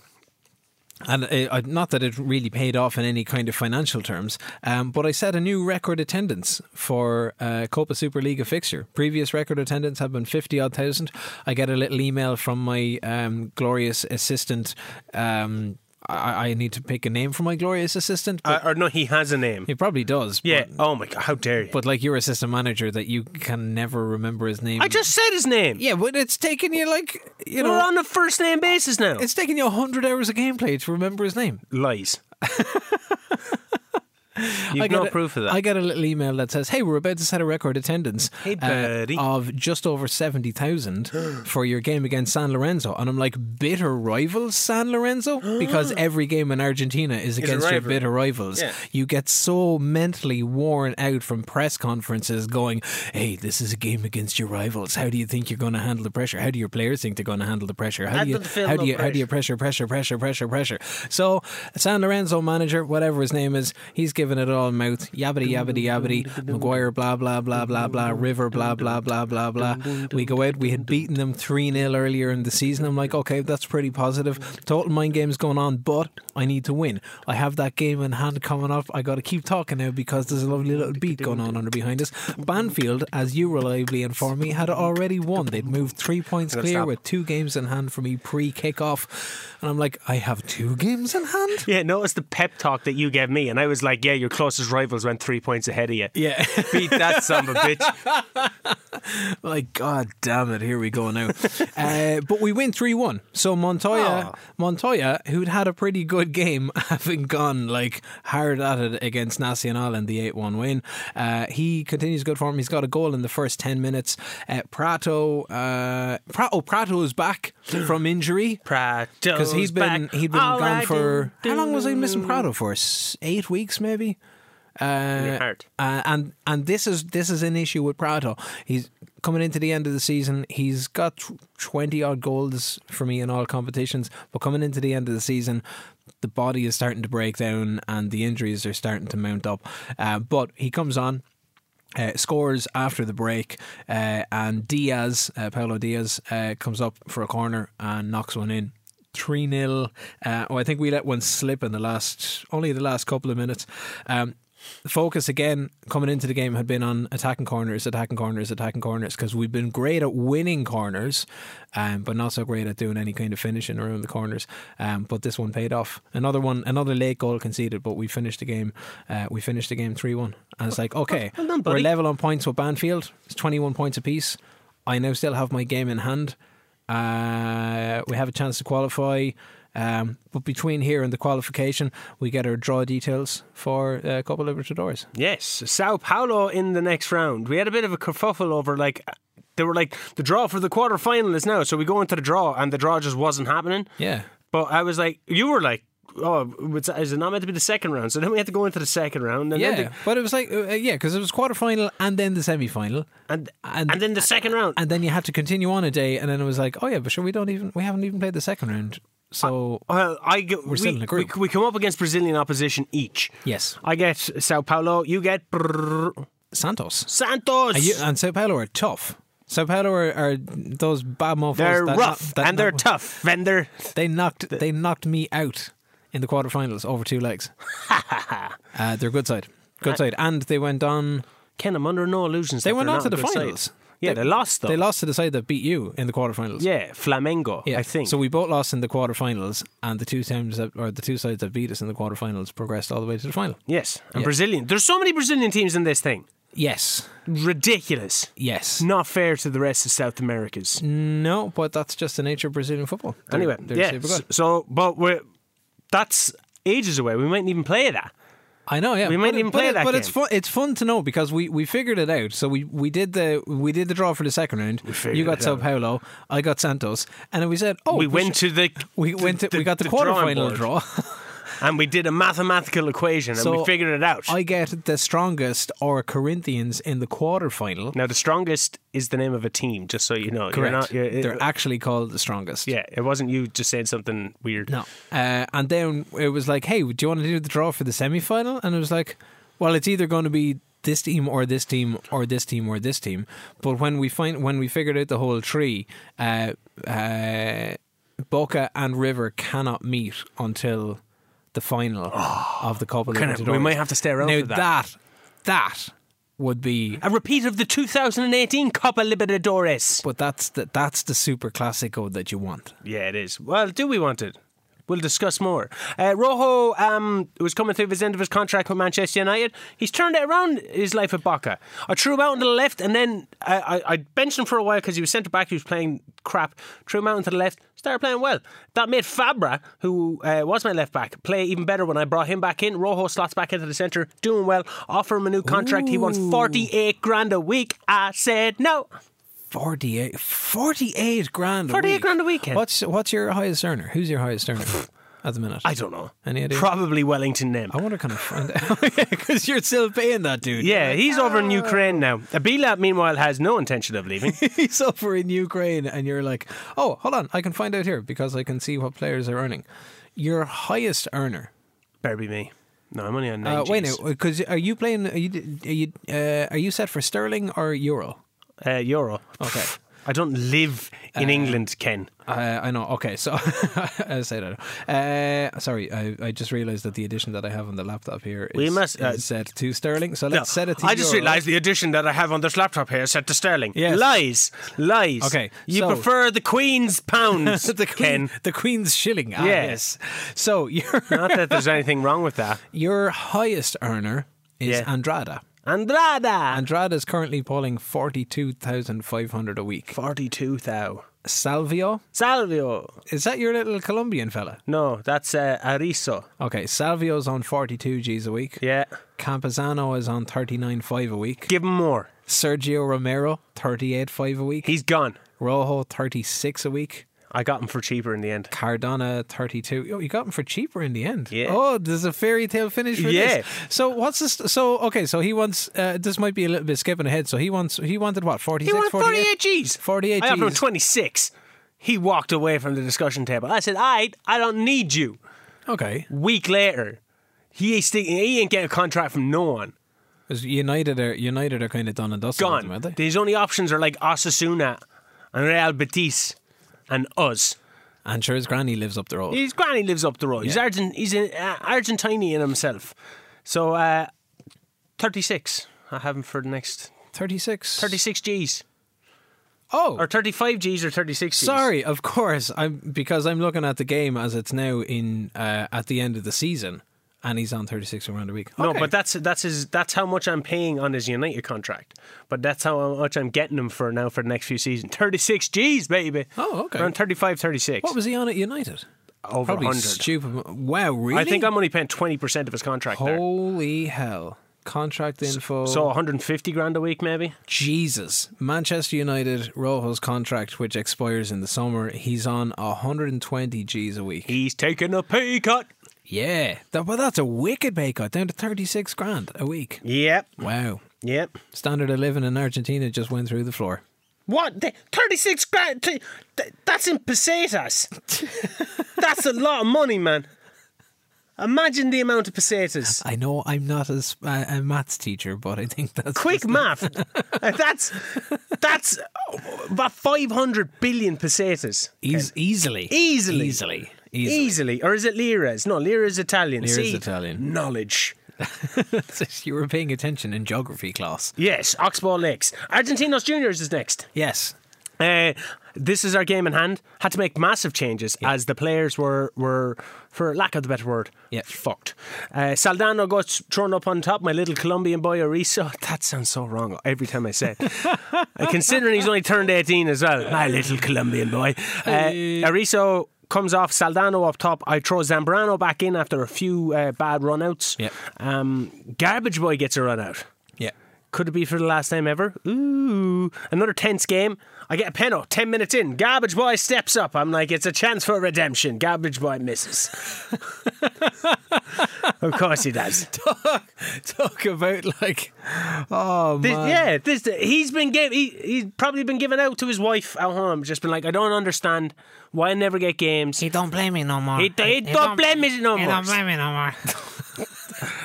Speaker 2: And uh, uh, not that it really paid off in any kind of financial terms, um, but I set a new record attendance for uh, Copa Superliga fixture. Previous record attendance have been 50 odd thousand. I get a little email from my um, glorious assistant. Um, I, I need to pick a name for my glorious assistant. But
Speaker 3: Uh, or no, he has a name.
Speaker 2: he probably does.
Speaker 3: Yeah.
Speaker 2: But,
Speaker 3: Oh my god, how dare you?
Speaker 2: but like your assistant manager, that you can never remember his name.
Speaker 3: I just said his name.
Speaker 2: yeah, but it's taken you like you know.
Speaker 3: We're on a first name basis now.
Speaker 2: it's taken you 100 hours of gameplay to remember his name.
Speaker 3: lies.
Speaker 2: I
Speaker 3: You've
Speaker 2: get
Speaker 3: no
Speaker 2: a-
Speaker 3: proof of that.
Speaker 2: I get a little email that says, "Hey, we're about to set a record attendance uh,
Speaker 3: Hey, buddy.
Speaker 2: of just over seventy thousand for your game against San Lorenzo," and I'm like, "Bitter rivals, San Lorenzo," because every game in Argentina is against your
Speaker 3: rivalry.
Speaker 2: bitter rivals.
Speaker 3: Yeah.
Speaker 2: You get so mentally worn out from press conferences, going, "Hey, this is a game against your rivals. How do you think you're going to handle the pressure? How do your players think they're going to handle the pressure? How
Speaker 3: I
Speaker 2: do you
Speaker 3: don't feel
Speaker 2: how
Speaker 3: no
Speaker 2: do you how do you pressure, pressure, pressure, pressure, pressure. So San Lorenzo manager, whatever his name is, he's giving it all mouth. Yabbity yabbity yabbity. Maguire blah blah blah blah blah. River blah blah blah blah blah. We go out. We had beaten them three 0 earlier in the season. I'm like, okay, that's pretty positive. Total mind game's going on, but I need to win. I have that game in hand coming up. I got to keep talking now because there's a lovely little beat going on under behind us. Banfield, as you reliably informed me, had already won. They'd moved three points
Speaker 3: Gotta
Speaker 2: clear
Speaker 3: stop.
Speaker 2: with two games in hand for me pre kickoff. And I'm like, I have two games in hand?
Speaker 3: yeah, notice the pep talk that you gave me, and I was like, "Yeah, your closest rivals went three points ahead of you."
Speaker 2: Yeah.
Speaker 3: Beat that son of a bitch.
Speaker 2: like, God damn it, here we go now. uh, but we win 3 1. So Montoya, Montoya, who'd had a pretty good game, having gone like hard at it against Nacional in the 8 1 win, uh, he continues good form. He's got a goal in the first 10 minutes. Uh, Prato, uh, Prato, oh, Prato is back from injury.
Speaker 3: Prato.
Speaker 2: because he's been he'd been gone for how long was I missing Prado for? S- Eight weeks, maybe. Uh,
Speaker 3: heart.
Speaker 2: uh, and and this is this is an issue with Prado. He's coming into the end of the season. He's got twenty odd goals for me in all competitions, but coming into the end of the season, the body is starting to break down and the injuries are starting to mount up. Uh, but he comes on. Uh, scores after the break, uh, and Diaz, uh, Paulo Diaz, uh, comes up for a corner and knocks one in. 3 0. Uh, oh, I think we let one slip in the last, only the last couple of minutes. Um, the focus again coming into the game had been on attacking corners, attacking corners, attacking corners, because we've been great at winning corners, um, but not so great at doing any kind of finishing around the corners. Um, but this one paid off. Another one, another late goal conceded, but we finished the game. Uh, we finished the game three one, and it's like okay,
Speaker 3: Well done,
Speaker 2: we're
Speaker 3: buddy.
Speaker 2: level on points with Banfield. It's twenty one points apiece. I now still have my game in hand. Uh, we have a chance to qualify. Um, but between here and the qualification, we get our draw details for uh, Copa Libertadores.
Speaker 3: Yes, Sao Paulo in the next round. We had a bit of a kerfuffle over like they were like the draw for the quarterfinal is now, so we go into the draw, and the draw just wasn't happening.
Speaker 2: Yeah.
Speaker 3: But I was like, you were like, oh, it's- is it not meant to be the second round? So then we had to go into the second round, and
Speaker 2: Yeah,
Speaker 3: then the,
Speaker 2: but it was like uh, yeah, because it was quarterfinal and then the semi-final,
Speaker 3: and,
Speaker 2: and
Speaker 3: and then the second round.
Speaker 2: and then you had to continue on a day, and then it was like, oh yeah, but sure, we don't even we haven't even played the second round, so
Speaker 3: Well, I go, we
Speaker 2: still in a group.
Speaker 3: We, we come up against Brazilian opposition each.
Speaker 2: yes,
Speaker 3: I get Sao Paulo. You get brrr,
Speaker 2: Santos
Speaker 3: Santos.
Speaker 2: and, you, uh, and Sao Paulo are tough. Sao Paulo are, are those bad mofos.
Speaker 3: they're
Speaker 2: that
Speaker 3: rough
Speaker 2: not- that
Speaker 3: and they're
Speaker 2: not-
Speaker 3: tough. Vendor.
Speaker 2: They knocked they knocked me out in the quarterfinals over two legs. uh, they're good side, good side, and they went on.
Speaker 3: Ken, I'm under no illusions.
Speaker 2: They
Speaker 3: that
Speaker 2: went
Speaker 3: they're
Speaker 2: on
Speaker 3: not
Speaker 2: to
Speaker 3: a
Speaker 2: the
Speaker 3: good side.
Speaker 2: finals.
Speaker 3: Yeah, they, lost though.
Speaker 2: They lost to the side that beat you in the quarterfinals.
Speaker 3: Yeah, Flamengo. I think.
Speaker 2: So we both lost in the quarterfinals, and the two teams that, or the two sides that beat us in the quarterfinals progressed all the way to the final.
Speaker 3: yes, and
Speaker 2: Yeah.
Speaker 3: Brazilian. There's so many Brazilian teams in this thing.
Speaker 2: Yes,
Speaker 3: Ridiculous.
Speaker 2: yes.
Speaker 3: Not fair to the rest of South America's.
Speaker 2: No, but that's just the nature of Brazilian football. They're-
Speaker 3: anyway,
Speaker 2: they're
Speaker 3: yeah.
Speaker 2: super
Speaker 3: s-
Speaker 2: good.
Speaker 3: So, but we're that's ages away. We mightn't even play that.
Speaker 2: I know, yeah.
Speaker 3: We might
Speaker 2: But-
Speaker 3: even
Speaker 2: but
Speaker 3: play
Speaker 2: it-
Speaker 3: that
Speaker 2: But it's
Speaker 3: game.
Speaker 2: fun. It's fun to know because we, we figured it out. So we, we did the we did the draw for the second round.
Speaker 3: figured
Speaker 2: you got
Speaker 3: it
Speaker 2: Sao
Speaker 3: out.
Speaker 2: Paulo, I got Santos, and then we said, oh,
Speaker 3: We, went
Speaker 2: should-
Speaker 3: to the
Speaker 2: we went to, we got the,
Speaker 3: drawing
Speaker 2: quarterfinal
Speaker 3: board
Speaker 2: draw.
Speaker 3: and we did a mathematical equation and
Speaker 2: So
Speaker 3: we figured it out.
Speaker 2: I get the strongest or Corinthians in the quarterfinal.
Speaker 3: now, the strongest is the name of a team, just so you know. You're
Speaker 2: Correct.
Speaker 3: not- you're- uh, it-
Speaker 2: They're actually called the strongest.
Speaker 3: yeah, it wasn't you just saying something weird.
Speaker 2: No. Uh, and then it was like, hey, do you want to do the draw for the semi final? And it was like, well, it's either going to be this team or this team or this team or this team. But when we find when we figured out the whole tree, uh, uh, Boca and River cannot meet until the final of the Copa
Speaker 3: Kind of-
Speaker 2: Libertadores.
Speaker 3: we might have to stay around
Speaker 2: now
Speaker 3: for that.
Speaker 2: that that would be
Speaker 3: A repeat of the 2018 Copa Libertadores.
Speaker 2: but that's the, that's the super classico that you want.
Speaker 3: Yeah, it is. Well, do we want it? We'll discuss more. Uh, Rojo um, was coming through his end of his contract with Manchester United. He's turned it around his life at Boca. I threw him out into the left, and then I, I, I benched him for a while because he was centre back. He was playing crap. Threw him out into the left. Started playing well. That made Fabra, who uh, was my left back, play even better when I brought him back in. Rojo slots back into the centre, doing well. Offer him a new contract. He wants
Speaker 2: Ooh.
Speaker 3: forty-eight grand a week. I said no.
Speaker 2: 48, 48 grand a
Speaker 3: 48
Speaker 2: week.
Speaker 3: grand a week, Ken.
Speaker 2: What's what's your highest earner? Who's your highest earner at the minute?
Speaker 3: I don't know.
Speaker 2: Any idea?
Speaker 3: Probably Wellington Nim.
Speaker 2: I wonder kind of find out because you're still paying that dude.
Speaker 3: Yeah, he's over in Ukraine
Speaker 2: Oh.
Speaker 3: now. Abila, meanwhile, has no intention of leaving.
Speaker 2: he's over in Ukraine, and you're like, oh, hold on, I can find out here because I can see what players are earning. Your highest earner.
Speaker 3: Better be me. No, I'm only on nine.
Speaker 2: Uh, wait
Speaker 3: Gs.
Speaker 2: now, because are you playing? Are you are you, uh, are you set for sterling or euro?
Speaker 3: Uh, Euro.
Speaker 2: Okay.
Speaker 3: I don't live in England, Ken.
Speaker 2: Uh, I know. Okay, so I say that. Uh, sorry, I, I just realised that the edition that I have on the laptop here is,
Speaker 3: We must, uh,
Speaker 2: is set to sterling. So let's set it to
Speaker 3: I just
Speaker 2: euro.
Speaker 3: realised the edition that I have on this laptop here is set to sterling.
Speaker 2: Yes.
Speaker 3: Lies. Lies.
Speaker 2: Okay,
Speaker 3: You
Speaker 2: so-
Speaker 3: prefer the Queen's pounds,
Speaker 2: the queen,
Speaker 3: Ken.
Speaker 2: the queen's shilling. Ah,
Speaker 3: Yes.
Speaker 2: yes. So your
Speaker 3: Not that there's anything wrong with that.
Speaker 2: your highest earner is
Speaker 3: Yeah.
Speaker 2: Andrada.
Speaker 3: Andrada.
Speaker 2: Andrada is currently pulling forty two thousand five hundred a week.
Speaker 3: 42 thou.
Speaker 2: Salvio,
Speaker 3: Salvio.
Speaker 2: is that your little Colombian fella?
Speaker 3: No, that's uh, Ariso.
Speaker 2: Okay, Salvio's on forty two G's a week.
Speaker 3: Yeah.
Speaker 2: Campazano is on thirty nine five a week.
Speaker 3: Give him more.
Speaker 2: Sergio Romero, 38 5 a week.
Speaker 3: He's gone.
Speaker 2: Rojo, 36 a week.
Speaker 3: I got him for cheaper in the end.
Speaker 2: Cardona, 32. Oh, you got him for cheaper in the end.
Speaker 3: Yeah.
Speaker 2: Oh, there's a fairy tale finish for
Speaker 3: Yeah.
Speaker 2: this. So what's this? So, okay, so he wants, uh, this might be a little bit skipping ahead. So he wants, he wanted what, 46,
Speaker 3: He won 48
Speaker 2: 48?
Speaker 3: G's.
Speaker 2: 48
Speaker 3: I offered him
Speaker 2: Gs.
Speaker 3: 26. He walked away from the discussion table. I said, I, I don't need you.
Speaker 2: Okay.
Speaker 3: Week later, he ain't, stick, he ain't getting a contract from no one.
Speaker 2: 'Cause United are, United are kind of done and dusted. with
Speaker 3: Gone.
Speaker 2: Them, aren't they?
Speaker 3: His only options are like Osasuna and Real Betis and us.
Speaker 2: And sure, his granny lives up the road.
Speaker 3: His granny lives up the road. He's,
Speaker 2: Yeah.
Speaker 3: Argent, he's an, uh, Argentinian himself. So, uh, 36. I have him for the next
Speaker 2: 36.
Speaker 3: 36 G's.
Speaker 2: Oh.
Speaker 3: Or 35 G's or 36 G's.
Speaker 2: Sorry, of course. I'm because I'm looking at the game as it's now in uh, at the end of the season, and he's on 36 around a week.
Speaker 3: No,
Speaker 2: Okay.
Speaker 3: but that's that's his that's how much I'm paying on his United contract. But that's how much I'm getting him for now for the next few seasons. 36 G's, baby.
Speaker 2: Oh, okay.
Speaker 3: Around 35, 36.
Speaker 2: what was he on at United?
Speaker 3: Over
Speaker 2: Probably
Speaker 3: 100.
Speaker 2: stupid. Wow, really?
Speaker 3: I think I'm only paying 20% of his contract there.
Speaker 2: Holy hell! Contract info.
Speaker 3: So 150 grand a week, maybe?
Speaker 2: Jesus, Manchester United Rojo's contract, which expires in the summer, he's on 120 G's a week.
Speaker 3: He's taking a pay cut.
Speaker 2: Yeah, that, well, that's a wicked pay cut, down to 36 grand a week.
Speaker 3: Yep,
Speaker 2: Wow,
Speaker 3: yep.
Speaker 2: standard of living in Argentina just went through the floor.
Speaker 3: What? Th- 36 grand? Th- th- that's in pesetas. that's a lot of money, man. Imagine the amount of pesetas.
Speaker 2: I know I'm not as uh, a maths teacher, but I think that's
Speaker 3: quick math. Uh, that's that's uh, about five hundred billion pesetas.
Speaker 2: eas- easily,
Speaker 3: Easily.
Speaker 2: easily,
Speaker 3: Easily. Or is it liras? No, lira's Italian.
Speaker 2: Lira's
Speaker 3: See?
Speaker 2: Italian.
Speaker 3: Knowledge. E
Speaker 2: you were paying attention in geography class.
Speaker 3: Yes, Oxbow Lakes. Argentinos Juniors is next.
Speaker 2: Yes.
Speaker 3: Uh, this is our game in hand. Had to make massive changes as the players were, were for lack of the better word,
Speaker 2: Yeah.
Speaker 3: fucked. Uh, Saldano got thrown up on top. My little Colombian boy Ariso. That sounds so wrong every time I say it. Uh, considering he's only turned 18 as well. My little Colombian boy. Uh, Ariso comes off. Saldano up top. I throw Zambrano back in after a few uh, bad runouts.
Speaker 2: Yeah.
Speaker 3: Um, Garbage boy gets a run out.
Speaker 2: Yeah.
Speaker 3: Could it be for the last time ever? Ooh, another tense game. I get a penalty. Ten minutes in, Garbage Boy steps up. I'm like, it's a chance for redemption. Garbage Boy misses. of course he does.
Speaker 2: Talk about like, oh
Speaker 3: This-
Speaker 2: man.
Speaker 3: yeah, this he's been give, he, he's probably been given out to his wife at home. Just been like, I don't understand why I never get games. He,
Speaker 2: don't blame me no more.
Speaker 3: he don't blame me no more.
Speaker 2: me no more.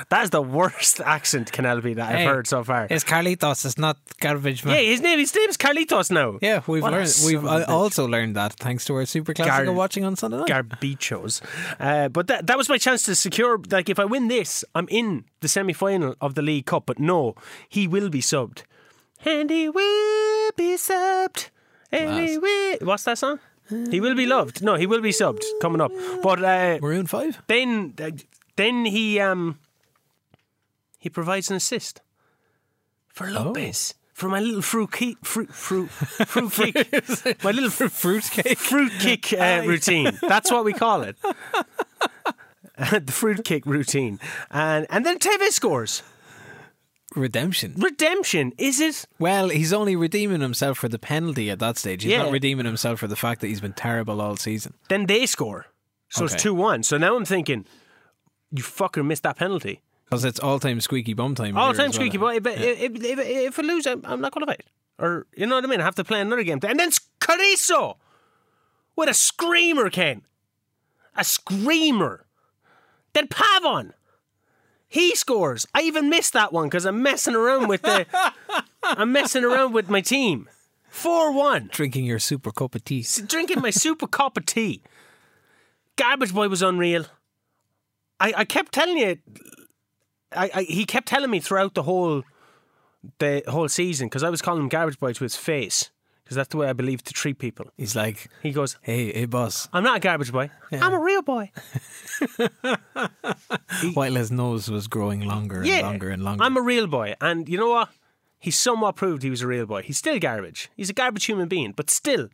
Speaker 3: That's the worst accent Canelby that
Speaker 2: Hey,
Speaker 3: I've heard so far.
Speaker 2: It's Carlitos. It's not garbage
Speaker 3: Yeah,
Speaker 2: man.
Speaker 3: his name his name's Carlitos now.
Speaker 2: Yeah, we've
Speaker 3: What a
Speaker 2: learned.
Speaker 3: son
Speaker 2: We've
Speaker 3: of a
Speaker 2: uh,
Speaker 3: bitch.
Speaker 2: also learned that thanks to our super classical
Speaker 3: Gar-
Speaker 2: watching on Sunday night.
Speaker 3: Garbichos. Uh, but that that was my chance to secure. Like, if I win this, I'm in the semi final of the League Cup. But no, he will be subbed. And he will be subbed. And he will. What's that song? He will be loved. No, he will be subbed coming up. But uh,
Speaker 2: Maroon Five.
Speaker 3: then, then he um, he provides an assist for Lopez. For my little fruit cake, fruit, fruit, fruit cake, my little
Speaker 2: Fruitcake.
Speaker 3: fruit kick uh, routine. That's what we call it. the fruit kick routine, and and then Tevez scores.
Speaker 2: Redemption.
Speaker 3: Redemption is it?
Speaker 2: Well, he's only redeeming himself for the penalty at that stage. He's
Speaker 3: Yeah.
Speaker 2: not redeeming himself for the fact that he's been terrible all season.
Speaker 3: Then they score, so
Speaker 2: Okay.
Speaker 3: it's two one. So now I'm thinking, you fucker missed that penalty.
Speaker 2: Because it's all time squeaky bum time.
Speaker 3: All
Speaker 2: here
Speaker 3: the time
Speaker 2: as well.
Speaker 3: squeaky boy. But if, if, if I lose, I'm, I'm not qualified. Or you know what I mean? I have to play another game. And then Carizo with a screamer, Ken, a screamer. Then Pavon. He scores. I even missed that one because I'm messing around with the. I'm messing around with my team. Four one
Speaker 2: Drinking your super cup of tea.
Speaker 3: drinking my super cup of tea. Garbage boy was unreal. I, I kept telling you, I, I he kept telling me throughout the whole the whole season because I was calling him garbage boy to his face because that's the way I believe to treat people.
Speaker 2: He's like,
Speaker 3: He goes,
Speaker 2: hey, hey, boss.
Speaker 3: "I'm not a garbage boy. I'm a real boy."
Speaker 2: While his nose was growing longer and longer and longer.
Speaker 3: I'm a real boy, and you know what? He somewhat proved he was a real boy. He's still garbage. He's a garbage human being, but still,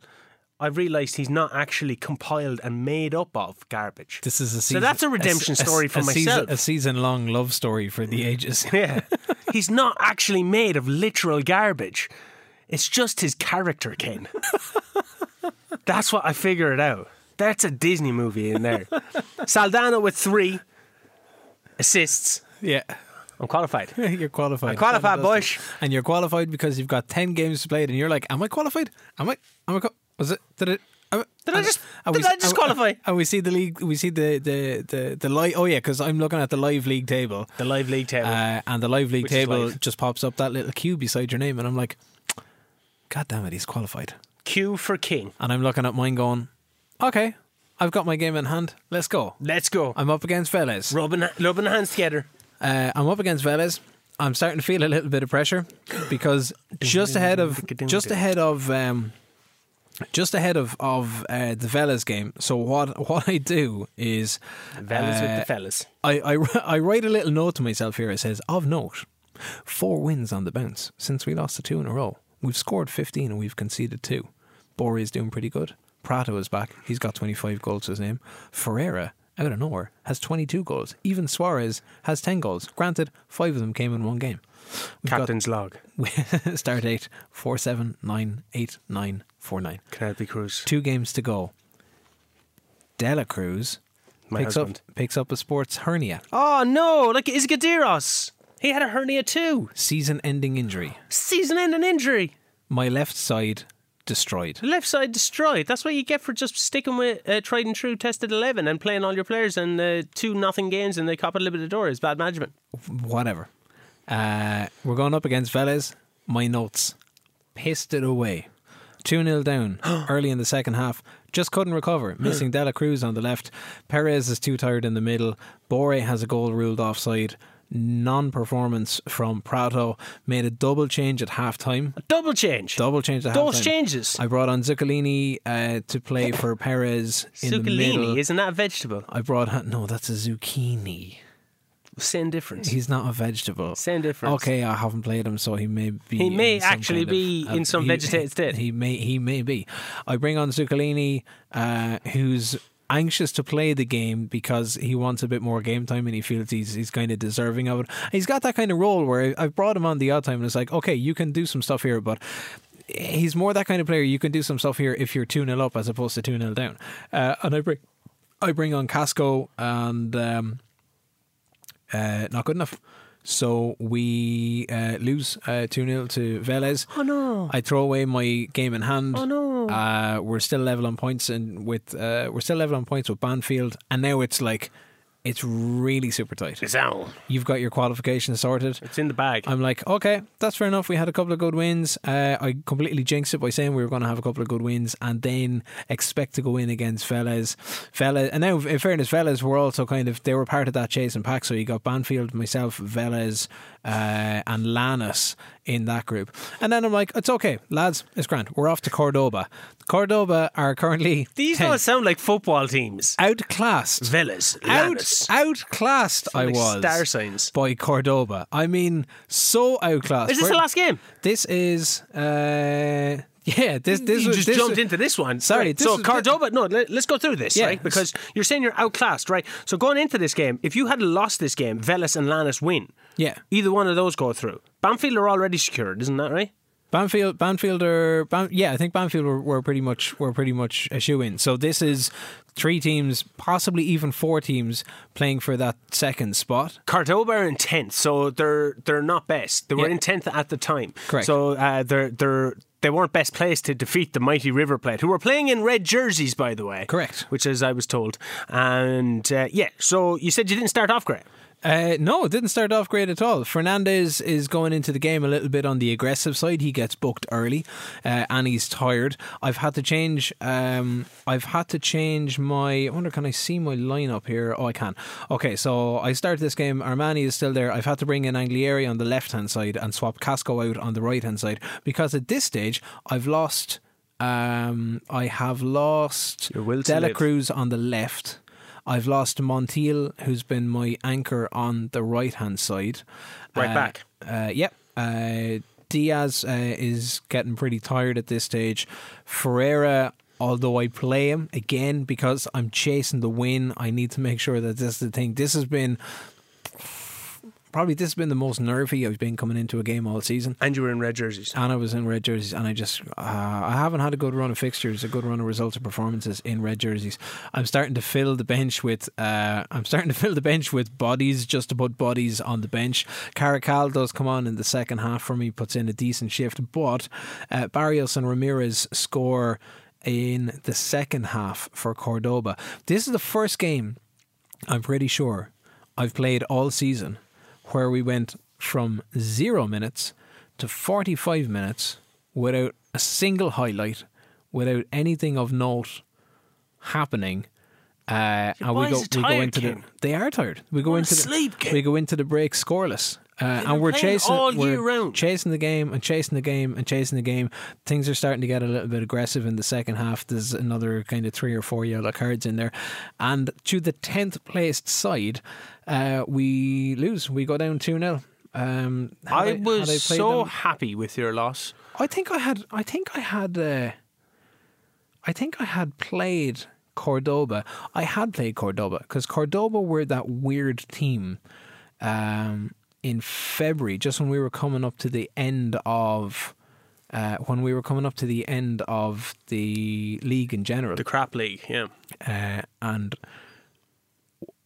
Speaker 3: I've realised he's not actually compiled and made up of garbage.
Speaker 2: this is a season.
Speaker 3: that's a redemption
Speaker 2: s-
Speaker 3: story for
Speaker 2: a season-
Speaker 3: myself.
Speaker 2: a season long love story for the ages.
Speaker 3: Yeah. He's not actually made of literal garbage. It's just his character, Ken. That's what I figured out. That's a Disney movie in there. Saldano with three assists.
Speaker 2: yeah.
Speaker 3: I'm qualified.
Speaker 2: You're qualified.
Speaker 3: Qualified, Bush.
Speaker 2: And you're qualified because you've got 10 games played and you're like, am I qualified? Am I? Am I? Qual- was it? Did it? am
Speaker 3: Did I
Speaker 2: and-
Speaker 3: just-
Speaker 2: and
Speaker 3: did I just
Speaker 2: and-
Speaker 3: qualify?
Speaker 2: And we see the league, we see the the the, the live. Oh yeah, because I'm looking at the live league table,
Speaker 3: The live league table.
Speaker 2: uh, and the live league
Speaker 3: Which is
Speaker 2: table
Speaker 3: live.
Speaker 2: just pops up that little cube beside your name, and I'm like, God damn it, he's qualified.
Speaker 3: Q for King.
Speaker 2: And I'm looking at mine, going, Okay, I've got my game in hand. Let's go.
Speaker 3: Let's go.
Speaker 2: I'm up against Velez.
Speaker 3: Rubbing, rubbing hands together.
Speaker 2: Uh, I'm up against Velez. I'm starting to feel a little bit of pressure because just ahead of just ahead of um, just ahead of of uh, the Velez game. So what what I do is
Speaker 3: Fellas with
Speaker 2: uh,
Speaker 3: the fellas.
Speaker 2: I, I wr- I write a little note to myself here. It says of note, four wins on the bounce since we lost the two in a row. We've scored 15 and we've conceded two. Bori is doing pretty good. Prato is back. He's got 25 goals to his name. Ferreira, out of nowhere, has 22 goals. Even Suarez has 10 goals. Granted, five of them came in one game. We've got-
Speaker 3: Captain's log.
Speaker 2: start eight, four, seven, nine, eight, nine, four, nine.
Speaker 3: Canelby Cruz.
Speaker 2: Two games to go. Dela Cruz
Speaker 3: My
Speaker 2: picks
Speaker 3: husband.
Speaker 2: up picks up a sports hernia.
Speaker 3: Oh, no. Look, it's Gadiros. He had a hernia too.
Speaker 2: season ending injury.
Speaker 3: Season ending injury.
Speaker 2: My left side destroyed.
Speaker 3: The left side destroyed. That's what you get for just sticking with uh, tried and true tested 11 and playing all your players in uh, two nothing games in the Copa Libertadores. Bad management.
Speaker 2: Whatever. Uh, we're going up against Velez. My notes. Pissed it away. 2 0 down early in the second half. Just couldn't recover.
Speaker 3: Hmm.
Speaker 2: Missing Dela Cruz on the left. Perez is too tired in the middle. Bore has a goal ruled offside. non-performance from Prato made a double change at halftime.
Speaker 3: Double change.
Speaker 2: Double change at
Speaker 3: Those
Speaker 2: halftime.
Speaker 3: changes.
Speaker 2: I brought on Zuccolini uh, to play for Perez in the middle.
Speaker 3: Zucchini, isn't that a vegetable?
Speaker 2: I brought no, that's a zucchini.
Speaker 3: Same difference.
Speaker 2: He's not a vegetable.
Speaker 3: Same difference.
Speaker 2: Okay, I haven't played him, so he may be.
Speaker 3: He may
Speaker 2: in some
Speaker 3: actually
Speaker 2: kind of-
Speaker 3: be in some
Speaker 2: he-
Speaker 3: vegetated state.
Speaker 2: He may. He may be. I bring on Zuccolini, uh, who's anxious to play the game because he wants a bit more game time and he feels he's he's kind of deserving of it. He's got that kind of role where I- I've brought him on the odd time and it's like, okay, you can do some stuff here, but. He's more that kind of player. You can do some stuff here if you're 2 0 up as opposed to 2 0 down. Uh, and I bring, I bring on Casco and um, uh, not good enough. So we uh, lose 2 0 to Velez.
Speaker 3: Oh, no.
Speaker 2: I throw away my game in hand.
Speaker 3: Oh, no.
Speaker 2: Uh, we're still level on points and with uh, we're still level on points with Banfield and now it's like it's really super tight.
Speaker 3: It's out.
Speaker 2: You've got your qualification sorted.
Speaker 3: It's in the bag.
Speaker 2: I'm like, okay, that's fair enough. We had a couple of good wins. Uh, I completely jinxed it by saying we were going to have a couple of good wins and then expect to go in against Fellas. Fellas, and now in fairness, Fellas were also kind of they were part of that chase and pack. So you got Banfield, myself, Velez, uh, and Lannis in that group. And then I'm like, it's okay, lads, it's grand. We're off to Cordoba. Cordoba are currently
Speaker 3: These
Speaker 2: 10th.
Speaker 3: don't sound like football teams.
Speaker 2: outclassed.
Speaker 3: Villas.
Speaker 2: Out,
Speaker 3: Lannis.
Speaker 2: outclassed, I
Speaker 3: like
Speaker 2: was.
Speaker 3: star signs.
Speaker 2: By Cordoba. I mean, so outclassed.
Speaker 3: Is this
Speaker 2: We're-
Speaker 3: the last game?
Speaker 2: This is, uh, yeah, this, this
Speaker 3: you
Speaker 2: was.
Speaker 3: just
Speaker 2: this
Speaker 3: jumped
Speaker 2: was-
Speaker 3: into this one.
Speaker 2: Sorry,
Speaker 3: Right,
Speaker 2: this
Speaker 3: so
Speaker 2: is-
Speaker 3: Cordoba. No, let, us go through this,
Speaker 2: Yeah.
Speaker 3: right? Because you're saying you're outclassed, right? So going into this game, if you had lost this game, Velas and Lannis win.
Speaker 2: Yeah.
Speaker 3: Either one of those go through. Banfield are already secured, isn't that right?
Speaker 2: Banfield, Banfield are, Ban, yeah, I think Banfield were, were pretty much were pretty much a shoe in. So this is three teams, possibly even four teams, playing for that second spot.
Speaker 3: Cordoba are in tenth, so they're they're not best. They were
Speaker 2: Yeah.
Speaker 3: in tenth at the time.
Speaker 2: Correct.
Speaker 3: So uh, they're they're they weren't best placed to defeat the mighty River Plate, who were playing in red jerseys, by the way.
Speaker 2: Correct.
Speaker 3: Which, as I was told, and uh, yeah. So you said you didn't start off great.
Speaker 2: Uh, no, it didn't start off great at all. Fernandez is going into the game a little bit on the aggressive side. He gets booked early, uh, and he's tired. I've had to change. Um, I've had to change my. I wonder, can I see my lineup here? Oh, I can. Okay, so I start this game. Armani is still there. I've had to bring in Anglieri on the left hand side and swap Casco out on the right hand side because at this stage I've lost. Um, I have lost
Speaker 3: Your will to
Speaker 2: Dela
Speaker 3: live.
Speaker 2: Cruz on the left. I've lost Montiel, who's been my anchor on the right hand side.
Speaker 3: Right
Speaker 2: Uh,
Speaker 3: back.
Speaker 2: Uh, yep. Uh, Diaz uh, is getting pretty tired at this stage. Ferreira, although I play him again because I'm chasing the win, I need to make sure that this is the thing. This has been probably this has been the most nervy I've been coming into a game all season.
Speaker 3: And you were in red jerseys.
Speaker 2: And I was in red jerseys, and I just uh, I haven't had a good run of fixtures, a good run of results or performances in red jerseys. I'm starting to fill the bench with uh, I'm starting to fill the bench with bodies, just to put bodies on the bench. Caracal does come on in the second half for me, puts in a decent shift, but uh, Barrios and Ramirez score in the second half for Cordoba. This is the first game I'm pretty sure I've played all season where we went from zero minutes to 45 minutes without a single highlight, without anything of note happening. Uh, and
Speaker 3: Why
Speaker 2: we go,
Speaker 3: is it
Speaker 2: we go
Speaker 3: tired,
Speaker 2: into
Speaker 3: Ken?
Speaker 2: the. They are tired. We go
Speaker 3: Wanna
Speaker 2: into the,
Speaker 3: sleep, Ken.
Speaker 2: We go into the break scoreless, uh, and
Speaker 3: been
Speaker 2: we're
Speaker 3: playing
Speaker 2: chasing
Speaker 3: all
Speaker 2: we're
Speaker 3: year round.
Speaker 2: chasing the game and chasing the game and chasing the game. Things are starting to get a little bit aggressive in the second half. There's another kind of three or four yellow cards in there, and to the tenth placed side, uh, we lose. We go down two 0 um, had
Speaker 3: I
Speaker 2: had
Speaker 3: was
Speaker 2: played
Speaker 3: so
Speaker 2: them-
Speaker 3: happy with your loss.
Speaker 2: I think I had. I think I had. Uh, I think I had played Cordoba. I had played Cordoba because Cordoba were that weird team um, in February, just when we were coming up to the end of. Uh, when we were coming up to the end of the league in general,
Speaker 3: The crap league, yeah.
Speaker 2: uh, and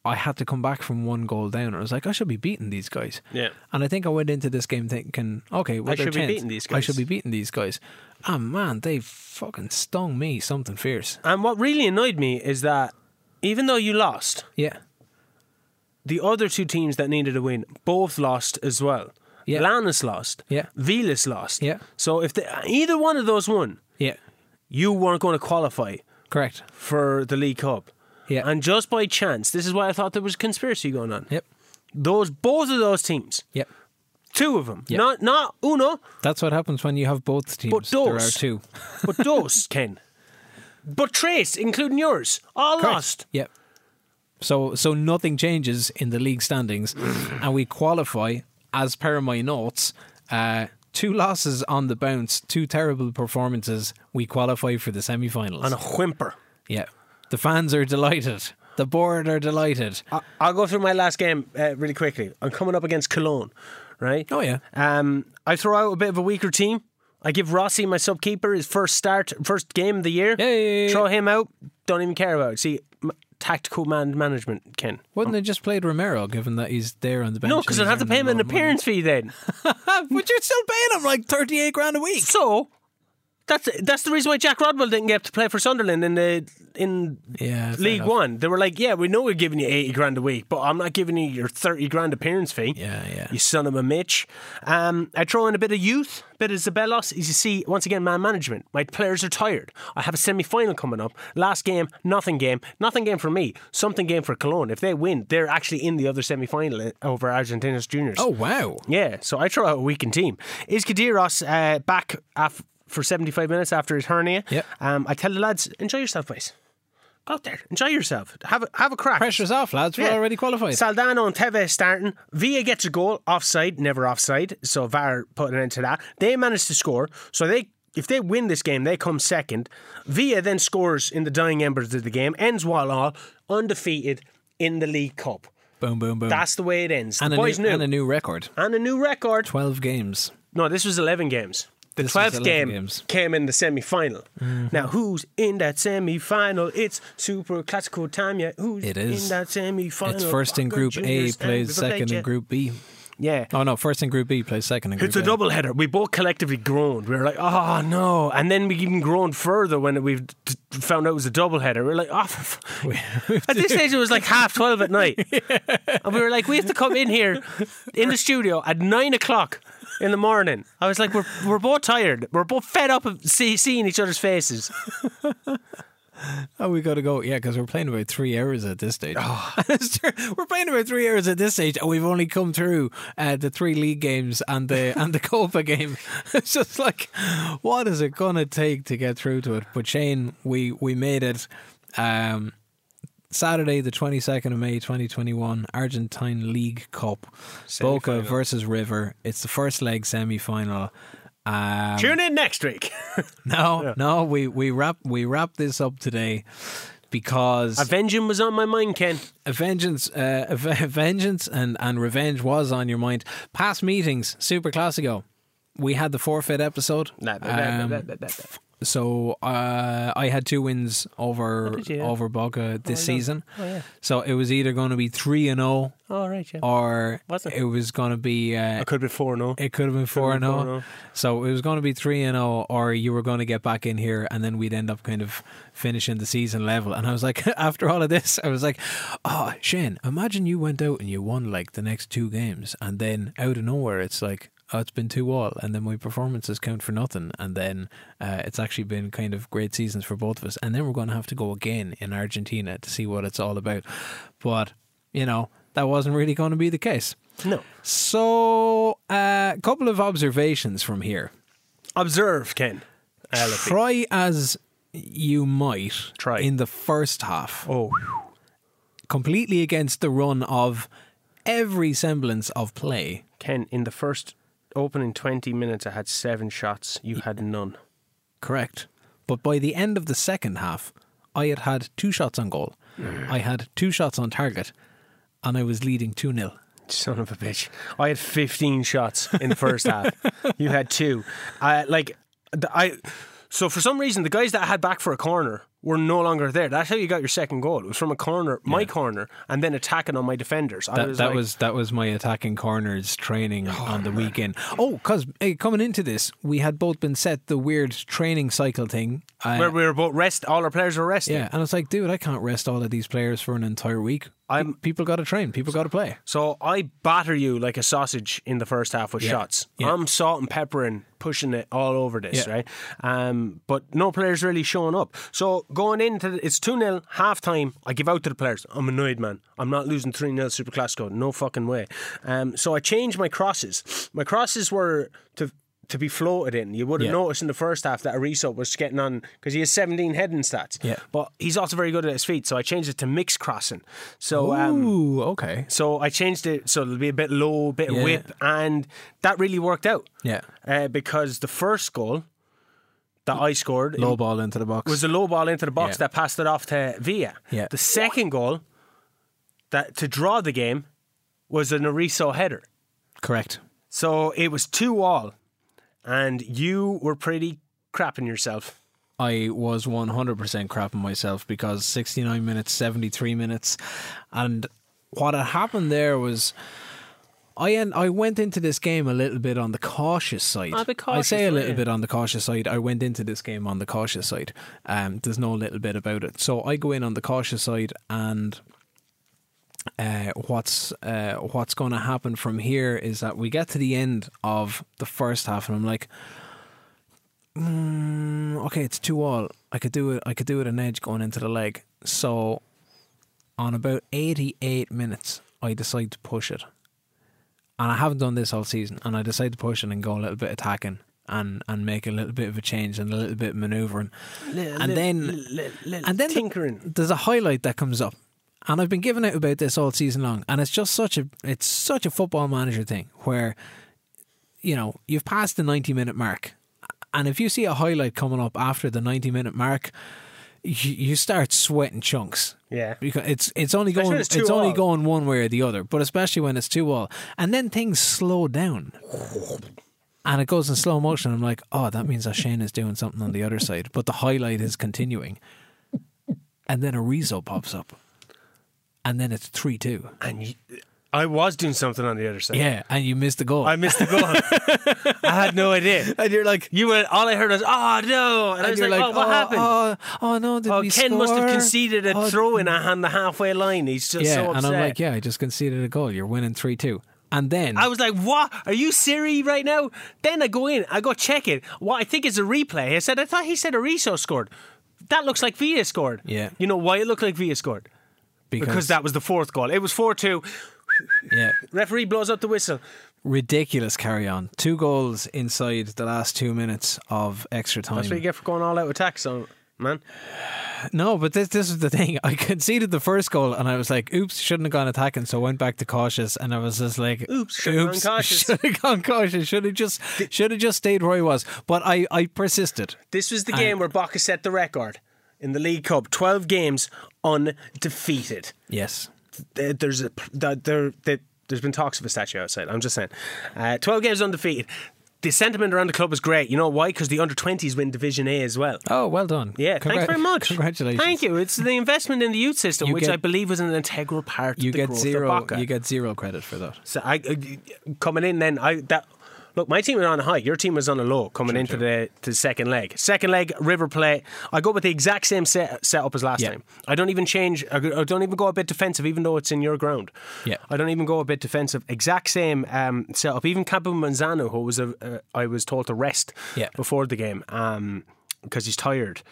Speaker 2: I had to come back from one goal down. I was like, I should be beating these guys.
Speaker 3: Yeah.
Speaker 2: And I think I went into this game thinking, okay, well,
Speaker 3: I
Speaker 2: they're
Speaker 3: should be
Speaker 2: 10th.
Speaker 3: beating these
Speaker 2: I
Speaker 3: guys.
Speaker 2: should be beating these guys. And man, they fucking stung me something fierce.
Speaker 3: And what really annoyed me is that even though you lost,
Speaker 2: Yeah.
Speaker 3: the other two teams that needed a win both lost as well.
Speaker 2: Yeah.
Speaker 3: Lannis lost.
Speaker 2: Yeah.
Speaker 3: Vilas lost.
Speaker 2: Yeah.
Speaker 3: So if they, either one of those won,
Speaker 2: Yeah.
Speaker 3: you weren't going to qualify
Speaker 2: Correct.
Speaker 3: for the League Cup.
Speaker 2: Yeah.
Speaker 3: And just by chance, this is why I thought there was conspiracy going on.
Speaker 2: Yep.
Speaker 3: those both of those teams,
Speaker 2: Yep.
Speaker 3: two of them,
Speaker 2: Yeah.
Speaker 3: not not uno,
Speaker 2: That's what happens when you have both teams.
Speaker 3: But
Speaker 2: there are
Speaker 3: those-
Speaker 2: two.
Speaker 3: but those Ken, but trace, including yours, all lost.
Speaker 2: Yep. So so nothing changes in the league standings, and we qualify as per my notes. Uh, two losses on the bounce, two terrible performances. We qualify for the semi-finals.
Speaker 3: on a whimper.
Speaker 2: Yeah, the fans are delighted. The board are delighted.
Speaker 3: I- I'll go through my last game uh, really quickly. I'm coming up against Cologne, right?
Speaker 2: Oh, yeah.
Speaker 3: Um, I throw out a bit of a weaker team. I give Rossi, my sub keeper, his first start, first game of the year.
Speaker 2: Yeah, yeah, yeah,
Speaker 3: Throw him out. Don't even care about it. See, m- tactical man management, Ken.
Speaker 2: Wouldn't have just played Romero, given that he's there on the bench?
Speaker 3: Oh. No, because I'd
Speaker 2: and
Speaker 3: have to
Speaker 2: he's
Speaker 3: pay him
Speaker 2: earning
Speaker 3: an
Speaker 2: a lot of money.
Speaker 3: appearance fee then.
Speaker 2: But you're still paying him like thirty-eight grand a week.
Speaker 3: So that's that's the reason why Jack Rodwell didn't get to play for Sunderland in the in
Speaker 2: Yeah, fair
Speaker 3: League
Speaker 2: enough.
Speaker 3: One. They were like, "Yeah, we know we're giving you eighty grand a week, but I'm not giving you your thirty grand appearance fee."
Speaker 2: Yeah, yeah.
Speaker 3: You son of a Mitch. Um, I throw in a bit of youth, a bit of Zabelos. As you see, once again, man management. My players are tired. I have a semi final coming up. Last game, nothing game, nothing game for me. Something game for Cologne. If they win, they're actually in the other semi final over Argentina's juniors.
Speaker 2: Oh wow!
Speaker 3: Yeah, so I throw out a weakened team. Is Kadiros uh, back af- for 75 minutes after his hernia?
Speaker 2: Yep.
Speaker 3: Um, I tell the lads, enjoy yourself, boys. Go out there, enjoy yourself. Have a, have a crack.
Speaker 2: Pressure's off, lads. We're
Speaker 3: Yeah.
Speaker 2: already qualified.
Speaker 3: Saldano and Tevez starting. Villa gets a goal, offside, never offside. So VAR put an end to that. They managed to score. So they, if they win this game, they come second. Villa then scores in the dying embers of the game. Ends while all undefeated in the League Cup.
Speaker 2: boom, boom, boom.
Speaker 3: That's the way it ends.
Speaker 2: and
Speaker 3: the
Speaker 2: a
Speaker 3: boys
Speaker 2: new,
Speaker 3: knew.
Speaker 2: and a new record.
Speaker 3: and a new record.
Speaker 2: Twelve games.
Speaker 3: No, this was 11 games. The
Speaker 2: This was
Speaker 3: 12th
Speaker 2: 11
Speaker 3: game
Speaker 2: games. Mm-hmm.
Speaker 3: came in the semi final. Now, who's in that semi final? It's Super Classical time, yeah. Who's
Speaker 2: It is.
Speaker 3: in that semi final?
Speaker 2: It's first in Group A, plays second in Group B.
Speaker 3: Yeah.
Speaker 2: Oh no, first in Group B plays second in Group
Speaker 3: It's a double header. We both collectively groaned. We were like, oh no. And then we even groaned further when we d- found out it was a double header. We were like, oh. for f-" at this stage, it was like half 12 at night. And we were like, we have to come in here in the studio at nine o'clock in the morning. I was like, we're, we're both tired. We're both fed up of see, seeing each other's faces.
Speaker 2: Oh, we got to go. Yeah, because we're playing about three hours at this stage. It's true. we're playing about three hours at this stage, and we've only come through uh, the three league games and the and the Copa game. It's just like, what is it gonna take to get through to it? But Shane, we we made it. Um, Saturday, the twenty second of May, twenty twenty one, Argentine League Cup, Boca versus River. It's the first leg semi final. Um,
Speaker 3: Tune in next week.
Speaker 2: no, no, we we wrap we wrap this up today because
Speaker 3: Avenging was on my mind, Ken.
Speaker 2: a vengeance, uh, a ve- vengeance, and and revenge was on your mind. Past meetings, Super Classico. We had the forfeit episode.
Speaker 3: Nah, nah, nah,
Speaker 2: Um,
Speaker 3: nah, nah, nah, nah.
Speaker 2: So uh, I had two wins over
Speaker 3: did you, yeah?
Speaker 2: over Boca this
Speaker 3: yeah.
Speaker 2: season.
Speaker 3: Oh, yeah.
Speaker 2: So it was either going to be three and zero,
Speaker 3: All right, yeah.
Speaker 2: or
Speaker 3: Was it?
Speaker 2: it was going to be uh,
Speaker 3: It oh, could be 4 0.
Speaker 2: it could have been four
Speaker 3: been
Speaker 2: and oh. zero.
Speaker 3: 4-0.
Speaker 2: So it was going to be three and zero, or you were going to get back in here, and then we'd end up kind of finishing the season level. And I was like, after all of this, I was like, oh, Shane, imagine you went out and you won like the next two games, and then out of nowhere, it's like. Oh, it's been two all, and then my performances count for nothing, and then uh, it's actually been kind of great seasons for both of us, and then we're going to have to go again in Argentina to see what it's all about. But you know that wasn't really going to be the case.
Speaker 3: No.
Speaker 2: So, a couple of observations from here.
Speaker 3: Observe, Ken. Alibi.
Speaker 2: Try as you might
Speaker 3: Try.
Speaker 2: in the first half,
Speaker 3: Oh,
Speaker 2: completely against the run of every semblance of play.
Speaker 3: Ken, in the first opening 20 minutes, I had seven shots. You had none.
Speaker 2: Correct. But by the end of the second half, I had had two shots on goal. I had two shots on target, and I was leading 2 0.
Speaker 3: Son of a bitch. I had 15 shots in the first half. You had two. I like, the- I. So for some reason, the guys that I had back for a corner were no longer there. That's how you got your second goal. It was from a corner, my corner, and then attacking on my defenders. I
Speaker 2: That,
Speaker 3: was
Speaker 2: that
Speaker 3: like,
Speaker 2: was that was my attacking corners training on the weekend. Oh, because hey, coming into this, we had both been set the weird training cycle thing. Uh,
Speaker 3: where we were both rest. All our players were resting.
Speaker 2: yeah, and it's like, dude, I can't rest all of these players for an entire week.
Speaker 3: I'm
Speaker 2: People got to train. People got to play.
Speaker 3: so I batter you like a sausage in the first half with
Speaker 2: Yeah.
Speaker 3: shots.
Speaker 2: Yeah.
Speaker 3: I'm salt and peppering, pushing it all over this,
Speaker 2: Yeah.
Speaker 3: right? Um, but no players really showing up. So going into the, it's 2 0, half time. I give out to the players. I'm annoyed, man. I'm not losing 3 0 Super Classico. No fucking way. Um, so I changed my crosses. My crosses were to. To be floated in, you would have
Speaker 2: Yeah.
Speaker 3: noticed in the first half that Ariso was getting on because he has 17 heading stats.
Speaker 2: Yeah.
Speaker 3: but he's also very good at his feet, so I changed it to mix crossing. So um,
Speaker 2: Ooh, okay.
Speaker 3: so I changed it so it'll be a bit low, bit
Speaker 2: Yeah.
Speaker 3: of whip, and that really worked out.
Speaker 2: Yeah.
Speaker 3: Uh, because the first goal that I scored
Speaker 2: Low ball into the box.
Speaker 3: was a low ball into the box
Speaker 2: Yeah.
Speaker 3: that passed it off to Villa.
Speaker 2: Yeah.
Speaker 3: The second goal that to draw the game was an Ariso header.
Speaker 2: Correct.
Speaker 3: So it was two all, and you were pretty crapping yourself.
Speaker 2: I was 100% crapping myself because 69 minutes, 73 minutes. And what had happened there was I en- I went into this game a little bit on the cautious side.
Speaker 3: A bit
Speaker 2: I say a
Speaker 3: cautious,
Speaker 2: little
Speaker 3: yeah.
Speaker 2: bit on the cautious side. I went into this game on the cautious side. Um, there's no little bit about it. So I go in on the cautious side and uh, what's uh, what's going to happen from here is that we get to the end of the first half, and I'm like, mm, okay, it's two all. I could do it. I could do it an edge going into the leg. So on about 88 minutes, I decide to push it, and I haven't done this all season. And I decide to push it and go a little bit attacking. And, and make a little bit of a change and a little bit of maneuvering, and then and then the-
Speaker 3: tinkering.
Speaker 2: there's a highlight that comes up, and I've been giving out about this all season long, and it's just such a it's such a football manager thing where, you know, you've passed the ninety minute mark, and if you see a highlight coming up after the ninety minute mark, you, you start sweating chunks.
Speaker 3: Yeah.
Speaker 2: because it's it's only
Speaker 3: Especially
Speaker 2: going
Speaker 3: when
Speaker 2: it's,
Speaker 3: it's two
Speaker 2: only
Speaker 3: all.
Speaker 2: going one way or the other, but especially when it's two all, and then things slow down. And it goes in slow motion. I'm like, oh, that means Shane is doing something on the other side, but the highlight is continuing and then a Rizzo pops up, and then it's three two.
Speaker 3: and you, I was doing something on the other side.
Speaker 2: Yeah, and you missed the goal,
Speaker 3: I missed the goal. I had no idea.
Speaker 2: and you're like,
Speaker 3: You were all I heard was oh no, and, I was
Speaker 2: you're
Speaker 3: like, oh, what happened? Oh,
Speaker 2: Oh, oh, no, did we
Speaker 3: Ken must have
Speaker 2: score?
Speaker 3: conceded a
Speaker 2: Oh,
Speaker 3: throw in on the halfway line. He's just
Speaker 2: Yeah,
Speaker 3: so upset.
Speaker 2: and I'm like, yeah, I just conceded a goal. You're winning three two, and then
Speaker 3: I was like, what? Are you Siri right now? Then I go in, I go check it. What I think is a replay. I said, I thought he said Ariso scored. That looks like Villa scored.
Speaker 2: Yeah.
Speaker 3: You know why it looked like Villa scored? Because that was the fourth goal. It was 4 2.
Speaker 2: yeah,
Speaker 3: Referee blows up the whistle.
Speaker 2: ridiculous carry on. Two goals inside the last two minutes of extra time.
Speaker 3: That's what you get for going all out attacks on, man.
Speaker 2: No, but this this is the thing. I conceded the first goal, and I was like, "Oops, shouldn't have gone attacking." So I went back to cautious, and I was just like,
Speaker 3: Oops, should have gone cautious."
Speaker 2: Should have gone cautious. Should have just should have just stayed where I was." But I I persisted.
Speaker 3: This was the game where Baca set the record in the League Cup. Twelve games undefeated.
Speaker 2: Yes,
Speaker 3: There- There's a there, there there- there's been talks of a statue outside. I'm just saying, uh, twelve games undefeated. The sentiment around the club is great. You know why? Because the under 20s win Division A as well.
Speaker 2: Oh, well done.
Speaker 3: Yeah,
Speaker 2: Congra-
Speaker 3: thanks very much.
Speaker 2: Congratulations.
Speaker 3: Thank you. It's the investment in the youth system,
Speaker 2: You
Speaker 3: which
Speaker 2: get-
Speaker 3: I believe was an integral part
Speaker 2: You
Speaker 3: of the
Speaker 2: get
Speaker 3: growth of
Speaker 2: zero.
Speaker 3: Baca.
Speaker 2: You get zero credit for that.
Speaker 3: So I uh, coming in then I that look my team was on a high, your team was on a low coming into the to the second leg. Second leg River Plate. I go with the exact same set setup as last
Speaker 2: Yeah.
Speaker 3: time. I don't even change. I go- I don't even go a bit defensive, even though it's in your ground.
Speaker 2: Yeah.
Speaker 3: I don't even go a bit defensive. Exact same um, setup. Even Capo Manzano, who was a, uh, I was told to rest
Speaker 2: Yeah.
Speaker 3: before the game um, because he's tired.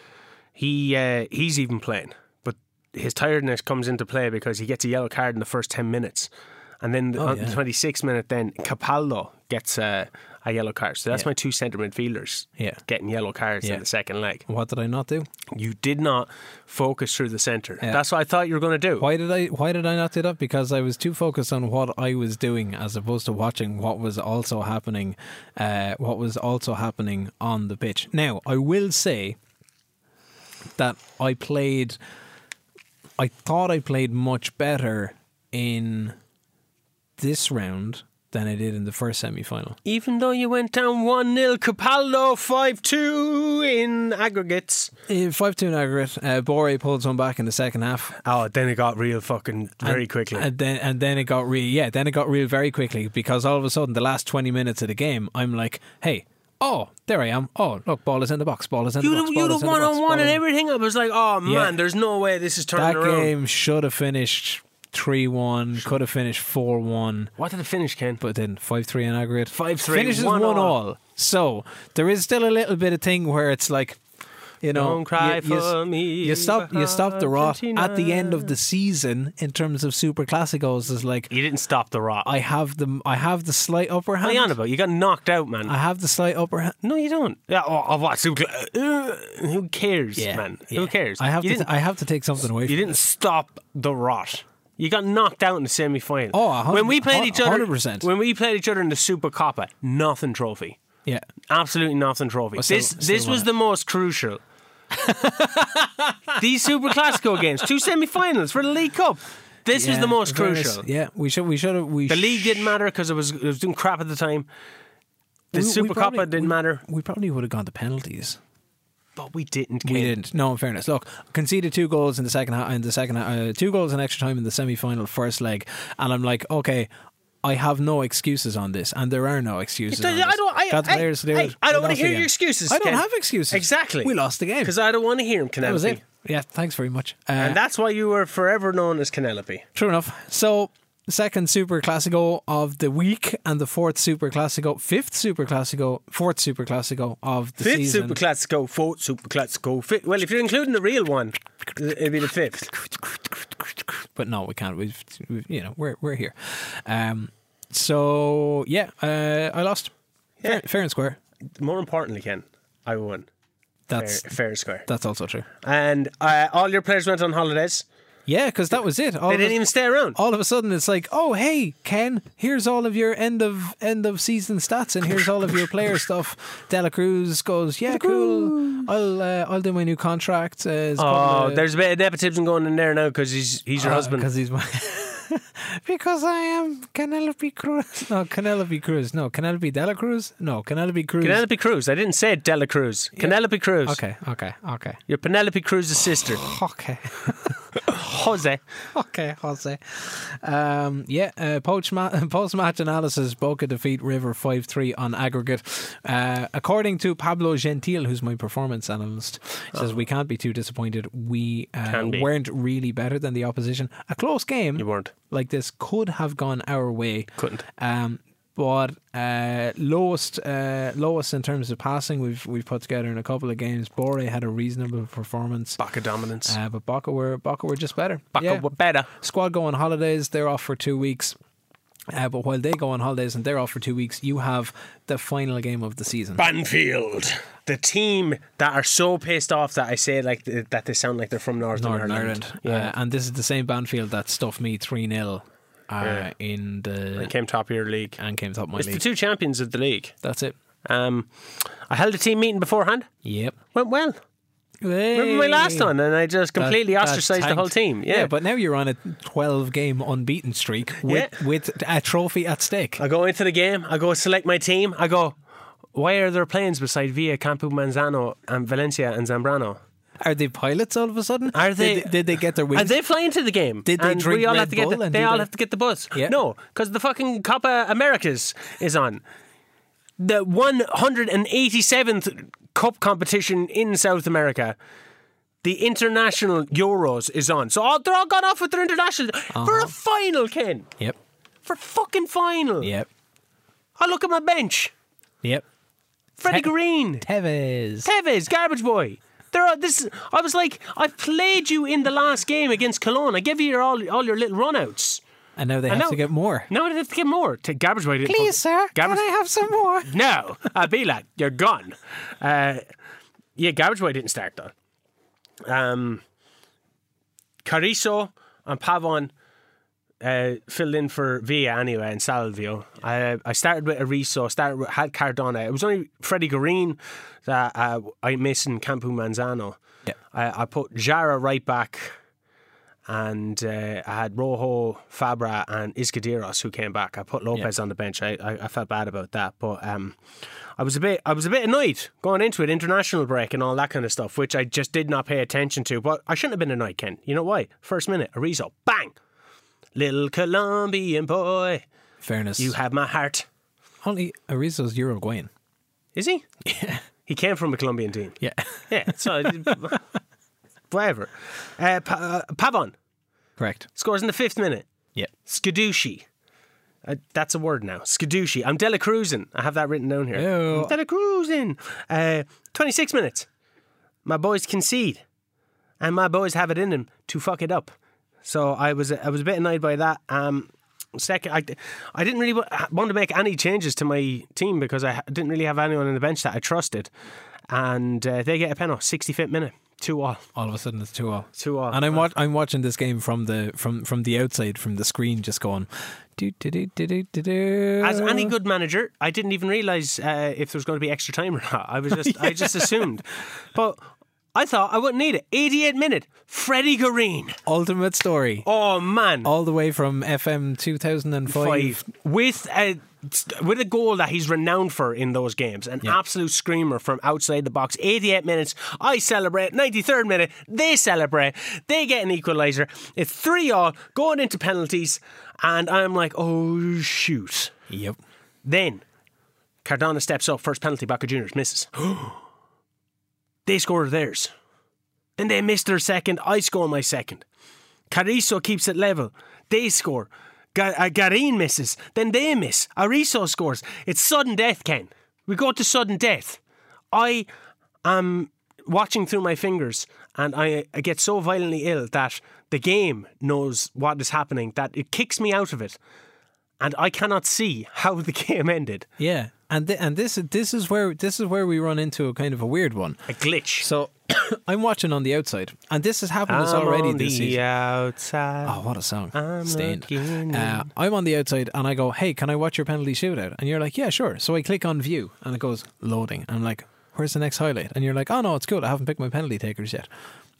Speaker 3: He uh, he's even playing, but his tiredness comes into play because he gets a yellow card in the first ten minutes, and then on
Speaker 2: yeah.
Speaker 3: the twenty sixth minute, then Capaldo gets a, a yellow card. So that's
Speaker 2: Yeah.
Speaker 3: my two centre midfielders
Speaker 2: Yeah.
Speaker 3: getting yellow cards
Speaker 2: Yeah.
Speaker 3: in the second leg.
Speaker 2: What did I not do?
Speaker 3: You did not focus through the centre. That's what I thought you were going to do.
Speaker 2: Why did I? Why did I not do that? Because I was too focused on what I was doing as opposed to watching what was also happening. Uh, what was also happening on the pitch. Now I will say that I played. I thought I played much better in this round than I did in the first semi final.
Speaker 3: Even though you went down one 0 Capaldo five two in aggregates.
Speaker 2: Five two in aggregate. Uh, Bore pulled some back in the second half.
Speaker 3: Oh, then it got real fucking very
Speaker 2: And-
Speaker 3: quickly.
Speaker 2: And then and then it got real. Yeah, then it got real very quickly because all of a sudden the last twenty minutes of the game, I'm like, hey, oh, there I am. Oh, look, ball is in the box. Ball is in the
Speaker 3: You
Speaker 2: box.
Speaker 3: the,
Speaker 2: ball
Speaker 3: you the
Speaker 2: is in
Speaker 3: one
Speaker 2: box,
Speaker 3: on one
Speaker 2: ball
Speaker 3: and
Speaker 2: is-
Speaker 3: everything. I was like, oh
Speaker 2: Yeah.
Speaker 3: man, there's no way this is turning
Speaker 2: That
Speaker 3: around.
Speaker 2: game should have finished three one. Could have finished four one,
Speaker 3: What did it finish, Ken?
Speaker 2: but then five three in aggregate.
Speaker 3: 5-3,
Speaker 2: finishes
Speaker 3: one
Speaker 2: one
Speaker 3: all.
Speaker 2: all. So there is still a little bit of thing where it's like. You know,
Speaker 3: Don't cry
Speaker 2: you, you s-
Speaker 3: for me,
Speaker 2: You stop. You stop the rot at the end of
Speaker 3: Argentina.
Speaker 2: the season in terms of Super Clásicos. Is like
Speaker 3: You didn't stop the rot.
Speaker 2: I have the I have the slight upper
Speaker 3: What are
Speaker 2: hand.
Speaker 3: you on about? You got knocked out, man.
Speaker 2: I have the slight upper hand.
Speaker 3: no, you don't. Yeah, oh, oh, what? Who cl- uh, who cares, man? Who
Speaker 2: yeah.
Speaker 3: cares?
Speaker 2: I have
Speaker 3: you
Speaker 2: to.
Speaker 3: didn't,
Speaker 2: I have to take something away.
Speaker 3: you
Speaker 2: from
Speaker 3: didn't stop the rot. You got knocked out in the semi final.
Speaker 2: Oh, a hundred-
Speaker 3: when we played
Speaker 2: a
Speaker 3: each other,
Speaker 2: hundred percent.
Speaker 3: when we played each other in the Super Copa, nothing trophy,
Speaker 2: Yeah.
Speaker 3: absolutely nothing trophy.
Speaker 2: still-
Speaker 3: this
Speaker 2: still
Speaker 3: this
Speaker 2: won
Speaker 3: was
Speaker 2: it.
Speaker 3: the most crucial. These Super Classico games, two semi finals for the League Cup. This was
Speaker 2: Yeah,
Speaker 3: the most
Speaker 2: very nice.
Speaker 3: crucial.
Speaker 2: Yeah, we should. We should have. We
Speaker 3: The league
Speaker 2: sh-
Speaker 3: didn't matter because it was it was doing crap at the time. The
Speaker 2: we- we
Speaker 3: Super
Speaker 2: probably-
Speaker 3: Copa didn't
Speaker 2: we-
Speaker 3: matter,
Speaker 2: We probably would have gone to penalties.
Speaker 3: but we didn't.
Speaker 2: We
Speaker 3: Ken.
Speaker 2: didn't. No, in fairness, look, conceded two goals in the second half. In the second, ha- uh, two goals in extra time in the semi-final first leg, and I'm like, okay, I have no excuses on this, and there are no excuses.
Speaker 3: I
Speaker 2: on this.
Speaker 3: don't. I,
Speaker 2: Got the
Speaker 3: I,
Speaker 2: players to do
Speaker 3: I,
Speaker 2: it.
Speaker 3: I
Speaker 2: We
Speaker 3: don't
Speaker 2: lost
Speaker 3: want
Speaker 2: the
Speaker 3: to hear
Speaker 2: game.
Speaker 3: your excuses.
Speaker 2: I don't
Speaker 3: Ken.
Speaker 2: have excuses.
Speaker 3: Exactly.
Speaker 2: We lost the game.
Speaker 3: because I don't want to hear him. Penelope.
Speaker 2: That was it. Yeah, thanks very much. Uh,
Speaker 3: And that's why you were forever known as Canelope.
Speaker 2: True enough. So, second Super Classico of the week and the fourth Super Classico, fifth Super Classico, fourth Super Classico of the
Speaker 3: Fifth
Speaker 2: season.
Speaker 3: Super Classico, fourth Super Classico. Fifth. Well, if you're including the real one, it'd be the fifth.
Speaker 2: but no, we can't. We've, we've you know, we're we're here. Um, so yeah, uh, I lost.
Speaker 3: Yeah.
Speaker 2: Fair, fair and square.
Speaker 3: More importantly, Ken, I won. Fair,
Speaker 2: That's
Speaker 3: fair and square.
Speaker 2: that's also true.
Speaker 3: And uh, all your players went on holidays.
Speaker 2: Yeah, because that was it. All
Speaker 3: They
Speaker 2: of
Speaker 3: didn't
Speaker 2: a-
Speaker 3: even stay around.
Speaker 2: all of a sudden, it's like, oh hey, Ken, here's all of your end of end of season stats, and here's all of your player stuff. Dela Cruz goes, yeah, cool. I'll uh, I'll do my new contract. Uh, it's
Speaker 3: Oh,
Speaker 2: called the-
Speaker 3: there's a bit of nepotism going in there now because he's he's your husband.
Speaker 2: because Uh, he's my. because I am Penelope Cruz. No, Penelope Cruz. No, Penelope Dela Cruz. No, Penelope Cruz.
Speaker 3: Penelope Cruz. I didn't say Dela Cruz. Penelope Cruz.
Speaker 2: Okay, okay, okay.
Speaker 3: You're Penelope Cruz's sister,
Speaker 2: Okay,
Speaker 3: Jose.
Speaker 2: okay, Jose. Um, yeah, uh, post match analysis Boca defeat River 5 3 on aggregate. Uh, according to Pablo Gentil, who's my performance analyst, he says we can't be too disappointed. We uh,
Speaker 3: Uh-huh. Can be.
Speaker 2: weren't really better than the opposition. A close game.
Speaker 3: You weren't.
Speaker 2: like this could have gone our way.
Speaker 3: Couldn't.
Speaker 2: Um, but uh, lowest, uh, lowest in terms of passing we've we've put together in a couple of games. Bore had a reasonable performance,
Speaker 3: Baka dominance.
Speaker 2: uh, but Baca were Baca were just better.
Speaker 3: Baka
Speaker 2: Yeah.
Speaker 3: were better.
Speaker 2: Squad go on holidays. They're off for two weeks. Uh, but while they go on holidays and they're off for two weeks, you have the final game of the season.
Speaker 3: Banfield. The team that are so pissed off that I say like th- that they sound like they're from Northern,
Speaker 2: Northern Ireland.
Speaker 3: Yeah.
Speaker 2: Uh, and this is the same Banfield that stuffed me 3 0 uh,
Speaker 3: Yeah.
Speaker 2: in
Speaker 3: They
Speaker 2: the.
Speaker 3: came top of your league.
Speaker 2: And came top of my
Speaker 3: It's the
Speaker 2: league.
Speaker 3: two champions of the league.
Speaker 2: That's it.
Speaker 3: Um, I held a team meeting beforehand.
Speaker 2: Yep.
Speaker 3: Went well. Remember my last
Speaker 2: Hey.
Speaker 3: one, and I just
Speaker 2: That-
Speaker 3: completely
Speaker 2: that
Speaker 3: ostracized the whole
Speaker 2: tanked.
Speaker 3: team. Yeah,
Speaker 2: but now you're on a 12 game unbeaten streak with,
Speaker 3: Yeah.
Speaker 2: with a trophy at stake.
Speaker 3: I go into the game. I go select my team. I go. Why are there planes beside Villa, Campo Manzano, and Valencia and Zambrano?
Speaker 2: Are they pilots all of a sudden?
Speaker 3: Are they-
Speaker 2: Did, did they get their
Speaker 3: And
Speaker 2: wings?
Speaker 3: they fly into the game.
Speaker 2: Did they
Speaker 3: and
Speaker 2: drink
Speaker 3: we all
Speaker 2: Red
Speaker 3: have to get
Speaker 2: Bull
Speaker 3: the,
Speaker 2: and
Speaker 3: They
Speaker 2: do
Speaker 3: all
Speaker 2: they-
Speaker 3: have to get the bus.
Speaker 2: Yeah.
Speaker 3: No, because the fucking Copa Americas is on. The 187th cup competition in South America. The international Euros is on. So all, they're all gone off with their international.
Speaker 2: Uh-huh.
Speaker 3: For a final, Ken.
Speaker 2: Yep.
Speaker 3: For fucking final.
Speaker 2: Yep.
Speaker 3: I look at my bench.
Speaker 2: Yep.
Speaker 3: Freddie
Speaker 2: Te-
Speaker 3: Green.
Speaker 2: Tevez.
Speaker 3: Tevez, garbage boy. There are this. I was like, I played you in the last game against Cologne. I gave you your, all all your little runouts.
Speaker 2: and now they
Speaker 3: And
Speaker 2: have
Speaker 3: now-
Speaker 2: to get more.
Speaker 3: No, they have to get more. To garbage boy. didn't fuck- Garbage.
Speaker 2: have some more?
Speaker 3: no, I'd be like, you're gone. Uh, yeah, garbage boy didn't start though. Um, Cariso and Pavon uh, filled in for Villa anyway and Salvio. I I started with Ariso, started with, had Cardona. It was only Freddie Green that uh, I missed in Campo Manzano.
Speaker 2: Yeah.
Speaker 3: I, I put Jara right back, and uh, I had Rojo, Fabra, and Iscadiros who came back. I put Lopez on the bench. I, I, I felt bad about that, but um, I was a bit I was a bit annoyed going into it, international break and all that kind of stuff, which I just did not pay attention to. But I shouldn't have been annoyed, Ken. You know why? First minute, Arizo, bang, little Colombian boy,
Speaker 2: Fairness.
Speaker 3: you have my heart.
Speaker 2: Only Arizo's Uruguayan.
Speaker 3: Is he? Yeah. He came from a Colombian team.
Speaker 2: Yeah.
Speaker 3: Yeah, so whatever. Uh, pa- uh, Pavon,
Speaker 2: Correct.
Speaker 3: Scores in the fifth minute.
Speaker 2: Yeah.
Speaker 3: Skadooshi. Uh, that's a word now. Skadooshi. I'm Dela Cruzin. I have that written down here.
Speaker 2: Ew.
Speaker 3: I'm Dela Cruzin. Uh, 26 minutes. My boys concede. And my boys have it in them to fuck it up. So I was I was a bit annoyed by that. Um, second, I, I didn't really wa- want to make any changes to my team because I ha- didn't really have anyone on the bench that I trusted. And uh, they get a penalty, 65th minute, 2 all.
Speaker 2: All of a sudden, it's two all.
Speaker 3: Two all.
Speaker 2: And I'm wa- I'm watching this game from the from from the outside, from the screen, just going. Do, do, do, do, do, do, do.
Speaker 3: As any good manager, I didn't even realize uh, if there was going to be extra time or not. I was just, I just assumed. But I thought I wouldn't need it. 88 minute, Freddie Green.
Speaker 2: ultimate story,
Speaker 3: Oh man,
Speaker 2: all the way from FM 2005.
Speaker 3: five with a with a goal that he's renowned for in those games. An absolute screamer from outside the box. 88 minutes, I celebrate. 93rd minute, they celebrate. They get an equaliser. It's three all going into penalties, and I'm like, oh shoot.
Speaker 2: Yep.
Speaker 3: Then Cardona steps up, first penalty, Baca Juniors misses. they score theirs. Then they miss their second, I score my second. Cariso keeps it level, they score. Ga- uh, Garin misses, then they miss. Ariso scores. It's sudden death, Ken. We go to sudden death. I am watching through my fingers and I, I get so violently ill that the game knows what is happening, that it kicks me out of it. And I cannot see how the game ended.
Speaker 2: Yeah. And th- and this this is where this is where we run into a kind of a weird one.
Speaker 3: A glitch.
Speaker 2: So I'm watching on the outside, and this has happened to us already
Speaker 3: on
Speaker 2: this
Speaker 3: the
Speaker 2: season.
Speaker 3: outside.
Speaker 2: Oh, what a song.
Speaker 3: I'm
Speaker 2: Stained.
Speaker 3: looking
Speaker 2: Uh, I'm on the outside and I go, hey, can I watch your penalty shootout? And you're like, yeah, sure. So I click on view and it goes loading. I'm like, where's the next highlight? And you're like, oh, no, it's cool. I haven't picked my penalty takers yet.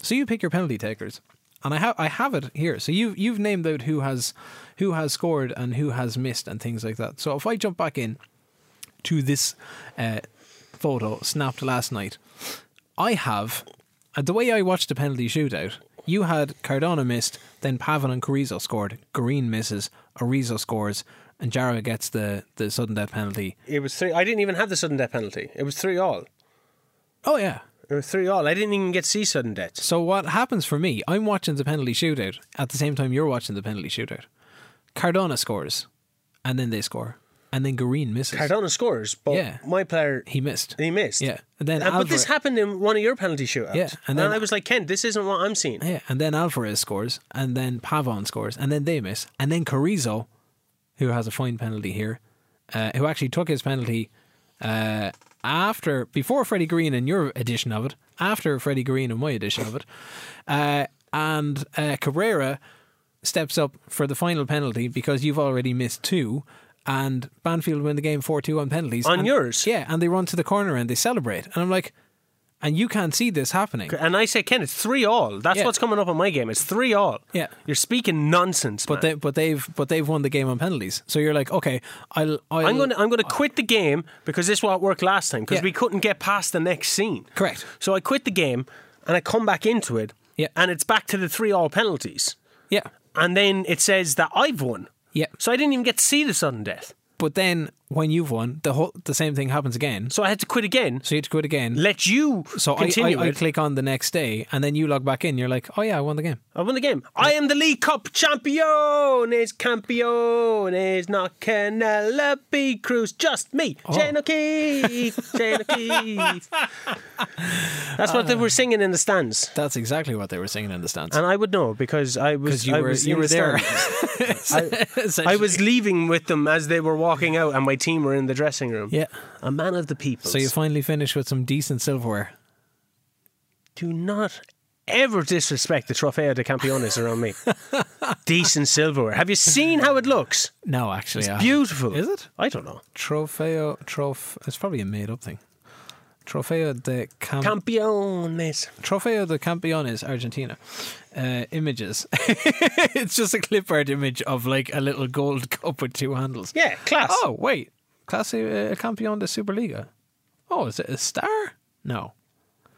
Speaker 2: So you pick your penalty takers. And I have I have it here. So you've you've named out who has who has scored and who has missed and things like that. So if I jump back in to this uh, photo snapped last night, I have, uh, the way I watched the penalty shootout, you had Cardona missed, then Pavan and Carrizo scored, Green misses, Arizo scores, and Jara gets the, the sudden death penalty.
Speaker 3: It was three. I didn't even have the sudden death penalty. It was three all.
Speaker 2: Oh, yeah.
Speaker 3: It was three all. I didn't even get to see sudden death.
Speaker 2: So what happens for me, I'm watching the penalty shootout at the same time you're watching the penalty shootout. Cardona scores, and then they score, and then Green misses.
Speaker 3: Cardona scores, but
Speaker 2: Yeah.
Speaker 3: my player
Speaker 2: he missed.
Speaker 3: he missed.
Speaker 2: Yeah. And then
Speaker 3: Uh, but this
Speaker 2: Alvarez-
Speaker 3: happened in one of your penalty shootouts.
Speaker 2: Yeah, and
Speaker 3: and,
Speaker 2: then-
Speaker 3: I was like, Ken, this isn't what I'm seeing.
Speaker 2: Yeah, and then Alvarez scores, and then Pavon scores, and then they miss, and then Carrizo, who has a fine penalty here, uh, who actually took his penalty uh, after before Freddie Green in your edition of it, after Freddie Green in my edition of it, uh, and uh, Cabrera steps up for the final penalty because you've already missed two. And Banfield win the game 4 2 on penalties.
Speaker 3: On
Speaker 2: And-
Speaker 3: yours?
Speaker 2: Yeah, and they run to the corner and they celebrate. And I'm like, and you can't see this happening.
Speaker 3: And I say, Ken, it's three all. That's
Speaker 2: Yeah.
Speaker 3: what's coming up on my game. It's three all.
Speaker 2: Yeah.
Speaker 3: You're speaking nonsense.
Speaker 2: But
Speaker 3: man.
Speaker 2: they, but they've but they've won the game on penalties. So you're like, okay, I'll, I'll
Speaker 3: I'm going to I'm going to quit the game because this won't work last time because
Speaker 2: Yeah.
Speaker 3: we couldn't get past the next scene.
Speaker 2: Correct.
Speaker 3: So I quit the game and I come back into it.
Speaker 2: Yeah.
Speaker 3: And it's back to the three all penalties,
Speaker 2: yeah
Speaker 3: and then it says that I've won.
Speaker 2: yeah.
Speaker 3: So I didn't even get to see the sudden death.
Speaker 2: But then when you've won, the whole the same thing happens again.
Speaker 3: So I had to quit again.
Speaker 2: So you have to quit again.
Speaker 3: Let you
Speaker 2: so I, I,
Speaker 3: continue
Speaker 2: I
Speaker 3: it.
Speaker 2: click on the next day, and then you log back in. You're like, oh yeah, I won the game.
Speaker 3: I won the game. I am the League Cup champions, campeones, not Penelope Cruz, just me,
Speaker 2: Oh.
Speaker 3: Jane O'Keefe, Jane O'Keefe. That's what they were singing in the stands.
Speaker 2: That's exactly what they were singing in the stands.
Speaker 3: And I would know because I was
Speaker 2: Because you
Speaker 3: I
Speaker 2: were
Speaker 3: was
Speaker 2: you
Speaker 3: in
Speaker 2: were
Speaker 3: the
Speaker 2: there.
Speaker 3: stand. I
Speaker 2: Essentially.
Speaker 3: was leaving with them as they were walking out, and my team were in the dressing room.
Speaker 2: Yeah.
Speaker 3: a man of the people.
Speaker 2: So you finally finish with some decent silverware.
Speaker 3: do not ever disrespect the Trofeo de Campeones around me. Decent silverware. Have you seen how it looks?
Speaker 2: No, actually, I haven't.
Speaker 3: Beautiful.
Speaker 2: Is it?
Speaker 3: I don't know.
Speaker 2: Trofeo trof. It's probably a made up thing. Trofeo de Cam-
Speaker 3: Campeones.
Speaker 2: Trofeo de Campeones Argentina uh, images. it's just a clip art image of like a little gold cup with two handles.
Speaker 3: Yeah, class.
Speaker 2: Oh wait, Clase uh, Campeón de Superliga. Oh, is it a star? No.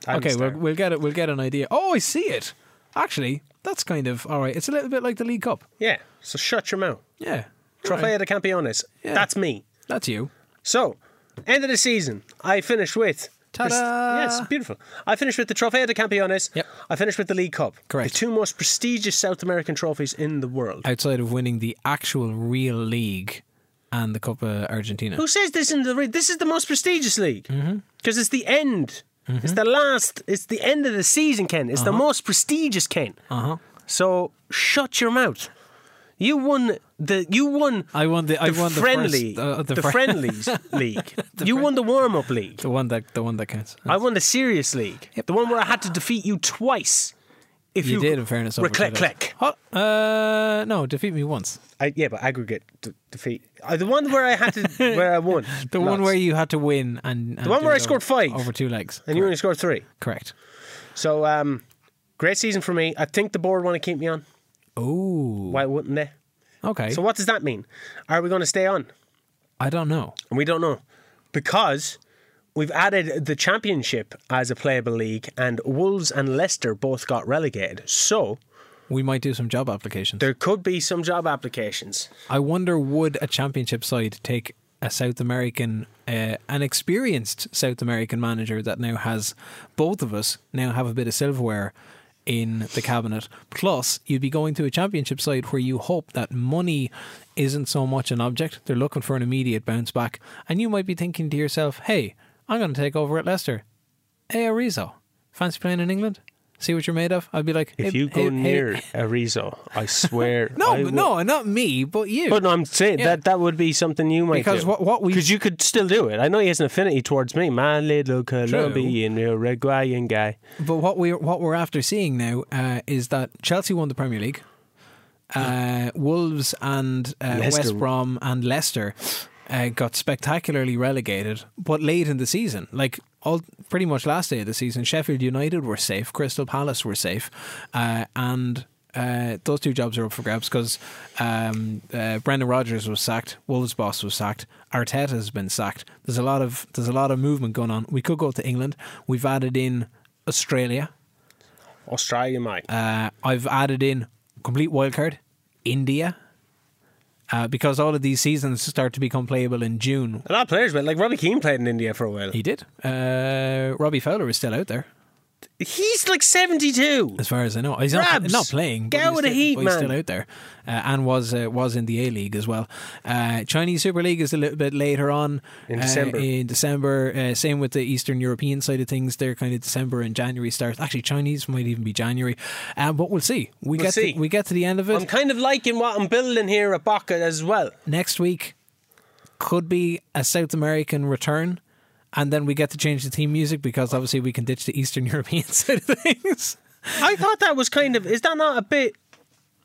Speaker 3: I'm
Speaker 2: okay,
Speaker 3: sorry.
Speaker 2: we'll, we'll get it. We'll get an idea. Oh, I see it. Actually, that's kind of all right. It's a little bit like the League Cup.
Speaker 3: yeah. So shut your mouth.
Speaker 2: Yeah.
Speaker 3: Trofeo
Speaker 2: Right.
Speaker 3: de Campeones.
Speaker 2: Yeah.
Speaker 3: That's me.
Speaker 2: That's you.
Speaker 3: So, end of the season. I finished with
Speaker 2: Ta-da!
Speaker 3: Yes, beautiful. I finished with the Trofeo de Campeones.
Speaker 2: Yep.
Speaker 3: I finished with the League Cup.
Speaker 2: Correct.
Speaker 3: The two most prestigious South American trophies in the world.
Speaker 2: Outside of winning the actual real league and the Copa Argentina.
Speaker 3: Who says this in the re- this is the most prestigious league because
Speaker 2: Mm-hmm.
Speaker 3: it's the end. It's the last. It's the end of the season, Ken. It's the most prestigious, Ken.
Speaker 2: Uh-huh.
Speaker 3: So shut your mouth. You won the. You won.
Speaker 2: I won the- I won the
Speaker 3: friendly.
Speaker 2: first, uh, the
Speaker 3: the,
Speaker 2: fri-
Speaker 3: friendlies league. you won the warm up league.
Speaker 2: The one that the one that counts.
Speaker 3: I won the serious league. The one where I had to defeat you twice. If you,
Speaker 2: You did, in fairness. over
Speaker 3: Reclec,
Speaker 2: Shadows.
Speaker 3: clec.
Speaker 2: Oh, uh, no, defeat me once.
Speaker 3: I, yeah, but aggregate d- defeat. Uh, the one where I had to, where I won.
Speaker 2: The one where you had to win and, and
Speaker 3: one
Speaker 2: do
Speaker 3: where
Speaker 2: it
Speaker 3: I scored
Speaker 2: over-
Speaker 3: five.
Speaker 2: over two legs.
Speaker 3: and you only scored three.
Speaker 2: Correct.
Speaker 3: So, um, great season for me. I think the board want to keep me on.
Speaker 2: Oh,
Speaker 3: Why wouldn't they?
Speaker 2: okay.
Speaker 3: So, what does that mean? Are we going to stay on?
Speaker 2: I don't know.
Speaker 3: And we don't know because we've added the championship as a playable league, and Wolves and Leicester both got relegated. So
Speaker 2: We might do some job applications.
Speaker 3: there could be some job applications.
Speaker 2: I wonder would a championship side take a South American, uh, an experienced South American manager that now has both of us now have a bit of silverware in the cabinet. Plus, you'd be going to a championship side where you hope that money isn't so much an object. They're looking for an immediate bounce back, and you might be thinking to yourself, "Hey, I'm going to take over at Leicester. Hey, Arizo, fancy playing in England? See what you're made of?" I'd be like, "Hey- hey- hey-
Speaker 3: Arizo, I swear.
Speaker 2: No, but no, not me, but you.
Speaker 3: But no, I'm saying
Speaker 2: Yeah.
Speaker 3: that that would be something you might
Speaker 2: Because
Speaker 3: do.
Speaker 2: what- what we-
Speaker 3: because you could still do it. I know he has an affinity towards me, my little Colombian Uruguayan guy.
Speaker 2: But what we're what we're after seeing now uh, is that Chelsea won the Premier League. Uh, Wolves and uh,
Speaker 3: Leicester.
Speaker 2: West Brom and Leicester uh, got spectacularly relegated, but late in the season, like all pretty much last day of the season, Sheffield United were safe, Crystal Palace were safe, uh, and. Uh, those two jobs are up for grabs because um, uh, Brendan Rodgers was sacked, Wolves boss was sacked, Arteta has been sacked. There's a lot of there's a lot of movement going on. We could go to England. We've added in Australia.
Speaker 3: Australia, mate.
Speaker 2: Uh, I've added in complete wildcard, India, uh, because all of these seasons start to become playable in June.
Speaker 3: a lot of players, but like Robbie Keane played in India for a while.
Speaker 2: He did. Uh, Robbie Fowler is still out there,
Speaker 3: He's like 72.
Speaker 2: as far as I know. He's not,
Speaker 3: Rabs,
Speaker 2: not playing.
Speaker 3: get
Speaker 2: but he's
Speaker 3: out of the
Speaker 2: still-
Speaker 3: heat,
Speaker 2: but he's
Speaker 3: man.
Speaker 2: still out there, uh, and was uh, was in the A League as well. Uh, Chinese Super League is a little bit later on
Speaker 3: In
Speaker 2: uh,
Speaker 3: December.
Speaker 2: in December, uh, same with the Eastern European side of things. They're kind of December and January starts. Actually, Chinese might even be January, um, but we'll see. We
Speaker 3: We'll
Speaker 2: get
Speaker 3: see.
Speaker 2: To, we get to the end of it.
Speaker 3: I'm kind of liking what I'm building here at Baca as well.
Speaker 2: next week could be a South American return, and then we get to change the theme music because obviously we can ditch the Eastern European side of things.
Speaker 3: I thought that was kind of. Is that not a bit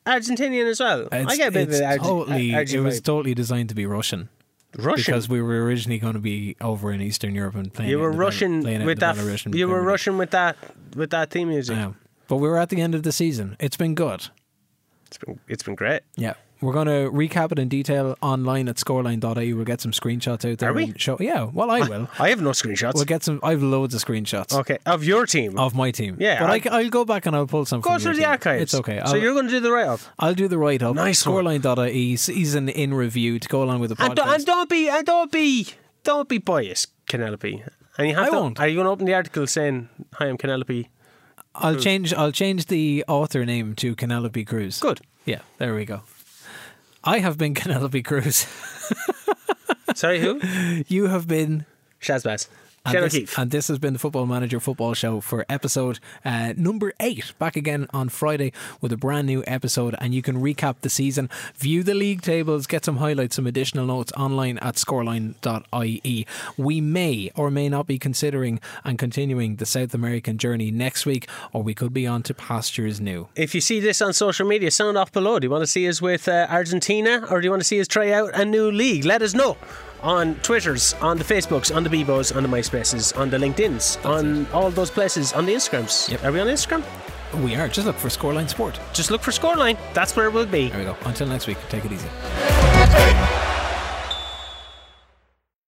Speaker 3: Argentinian as well? I
Speaker 2: It's-
Speaker 3: get a bit of
Speaker 2: it's
Speaker 3: the Argent-
Speaker 2: totally,
Speaker 3: Argent
Speaker 2: it was
Speaker 3: vibe.
Speaker 2: totally designed to be Russian
Speaker 3: Russian.
Speaker 2: because we were originally going to be over in Eastern Europe and playing.
Speaker 3: you
Speaker 2: it
Speaker 3: were
Speaker 2: in the Bel-
Speaker 3: Russian
Speaker 2: playing it in
Speaker 3: with
Speaker 2: the
Speaker 3: that.
Speaker 2: Belarusian
Speaker 3: You were
Speaker 2: Premier League.
Speaker 3: Russian with that with that theme music.
Speaker 2: Yeah. But we were at the end of the season. It's been good.
Speaker 3: It's been it's been great.
Speaker 2: Yeah. We're going to recap it in detail online at scoreline.ie. We'll get some screenshots out there.
Speaker 3: Are we?
Speaker 2: and Show, yeah. Well, I will.
Speaker 3: I have no screenshots.
Speaker 2: we'll get some. I have loads of screenshots.
Speaker 3: Okay, of your team.
Speaker 2: of my team.
Speaker 3: Yeah,
Speaker 2: but
Speaker 3: I-
Speaker 2: I, ca- I'll go back and I'll pull some.
Speaker 3: Go
Speaker 2: from
Speaker 3: through
Speaker 2: your
Speaker 3: the
Speaker 2: team.
Speaker 3: archives.
Speaker 2: It's okay. I'll,
Speaker 3: So you're going to do the write up.
Speaker 2: I'll do the write up.
Speaker 3: Nice one.
Speaker 2: Scoreline.ie season in review to go along with the podcast.
Speaker 3: And, don't- and don't be and don't be don't be biased, Penelope. And you have
Speaker 2: I
Speaker 3: to,
Speaker 2: won't.
Speaker 3: Are you going to open the article saying, "Hi, I'm Penelope"?
Speaker 2: I'll change. I'll change the author name to Penelope Cruz.
Speaker 3: Good.
Speaker 2: Yeah, there we go. I have been Penelope Cruz.
Speaker 3: Sorry, who?
Speaker 2: you have been.
Speaker 3: Shazbaz.
Speaker 2: And
Speaker 3: Sharon
Speaker 2: this,
Speaker 3: O'Keefe.
Speaker 2: and this has been the Football Manager Football Show for episode uh, number eight. Back again on Friday with a brand new episode, and you can recap the season, view the league tables, get some highlights, some additional notes online at scoreline.ie. We may or may not be considering and continuing the South American journey next week, or we could be on to pastures new.
Speaker 3: If you see this on social media, sound off below. Do you want to see us with uh, Argentina, or do you want to see us try out a new league? Let us know on Twitters, on the Facebooks, on the Bebos, on the MySpaces, on the LinkedIn's, on all those places, on the Instagrams.
Speaker 2: Yep.
Speaker 3: Are we on Instagram?
Speaker 2: We are. Just look for Scoreline Sport.
Speaker 3: Just look for Scoreline. That's where it will be.
Speaker 2: There we go. Until next week, take it easy.
Speaker 4: Hey!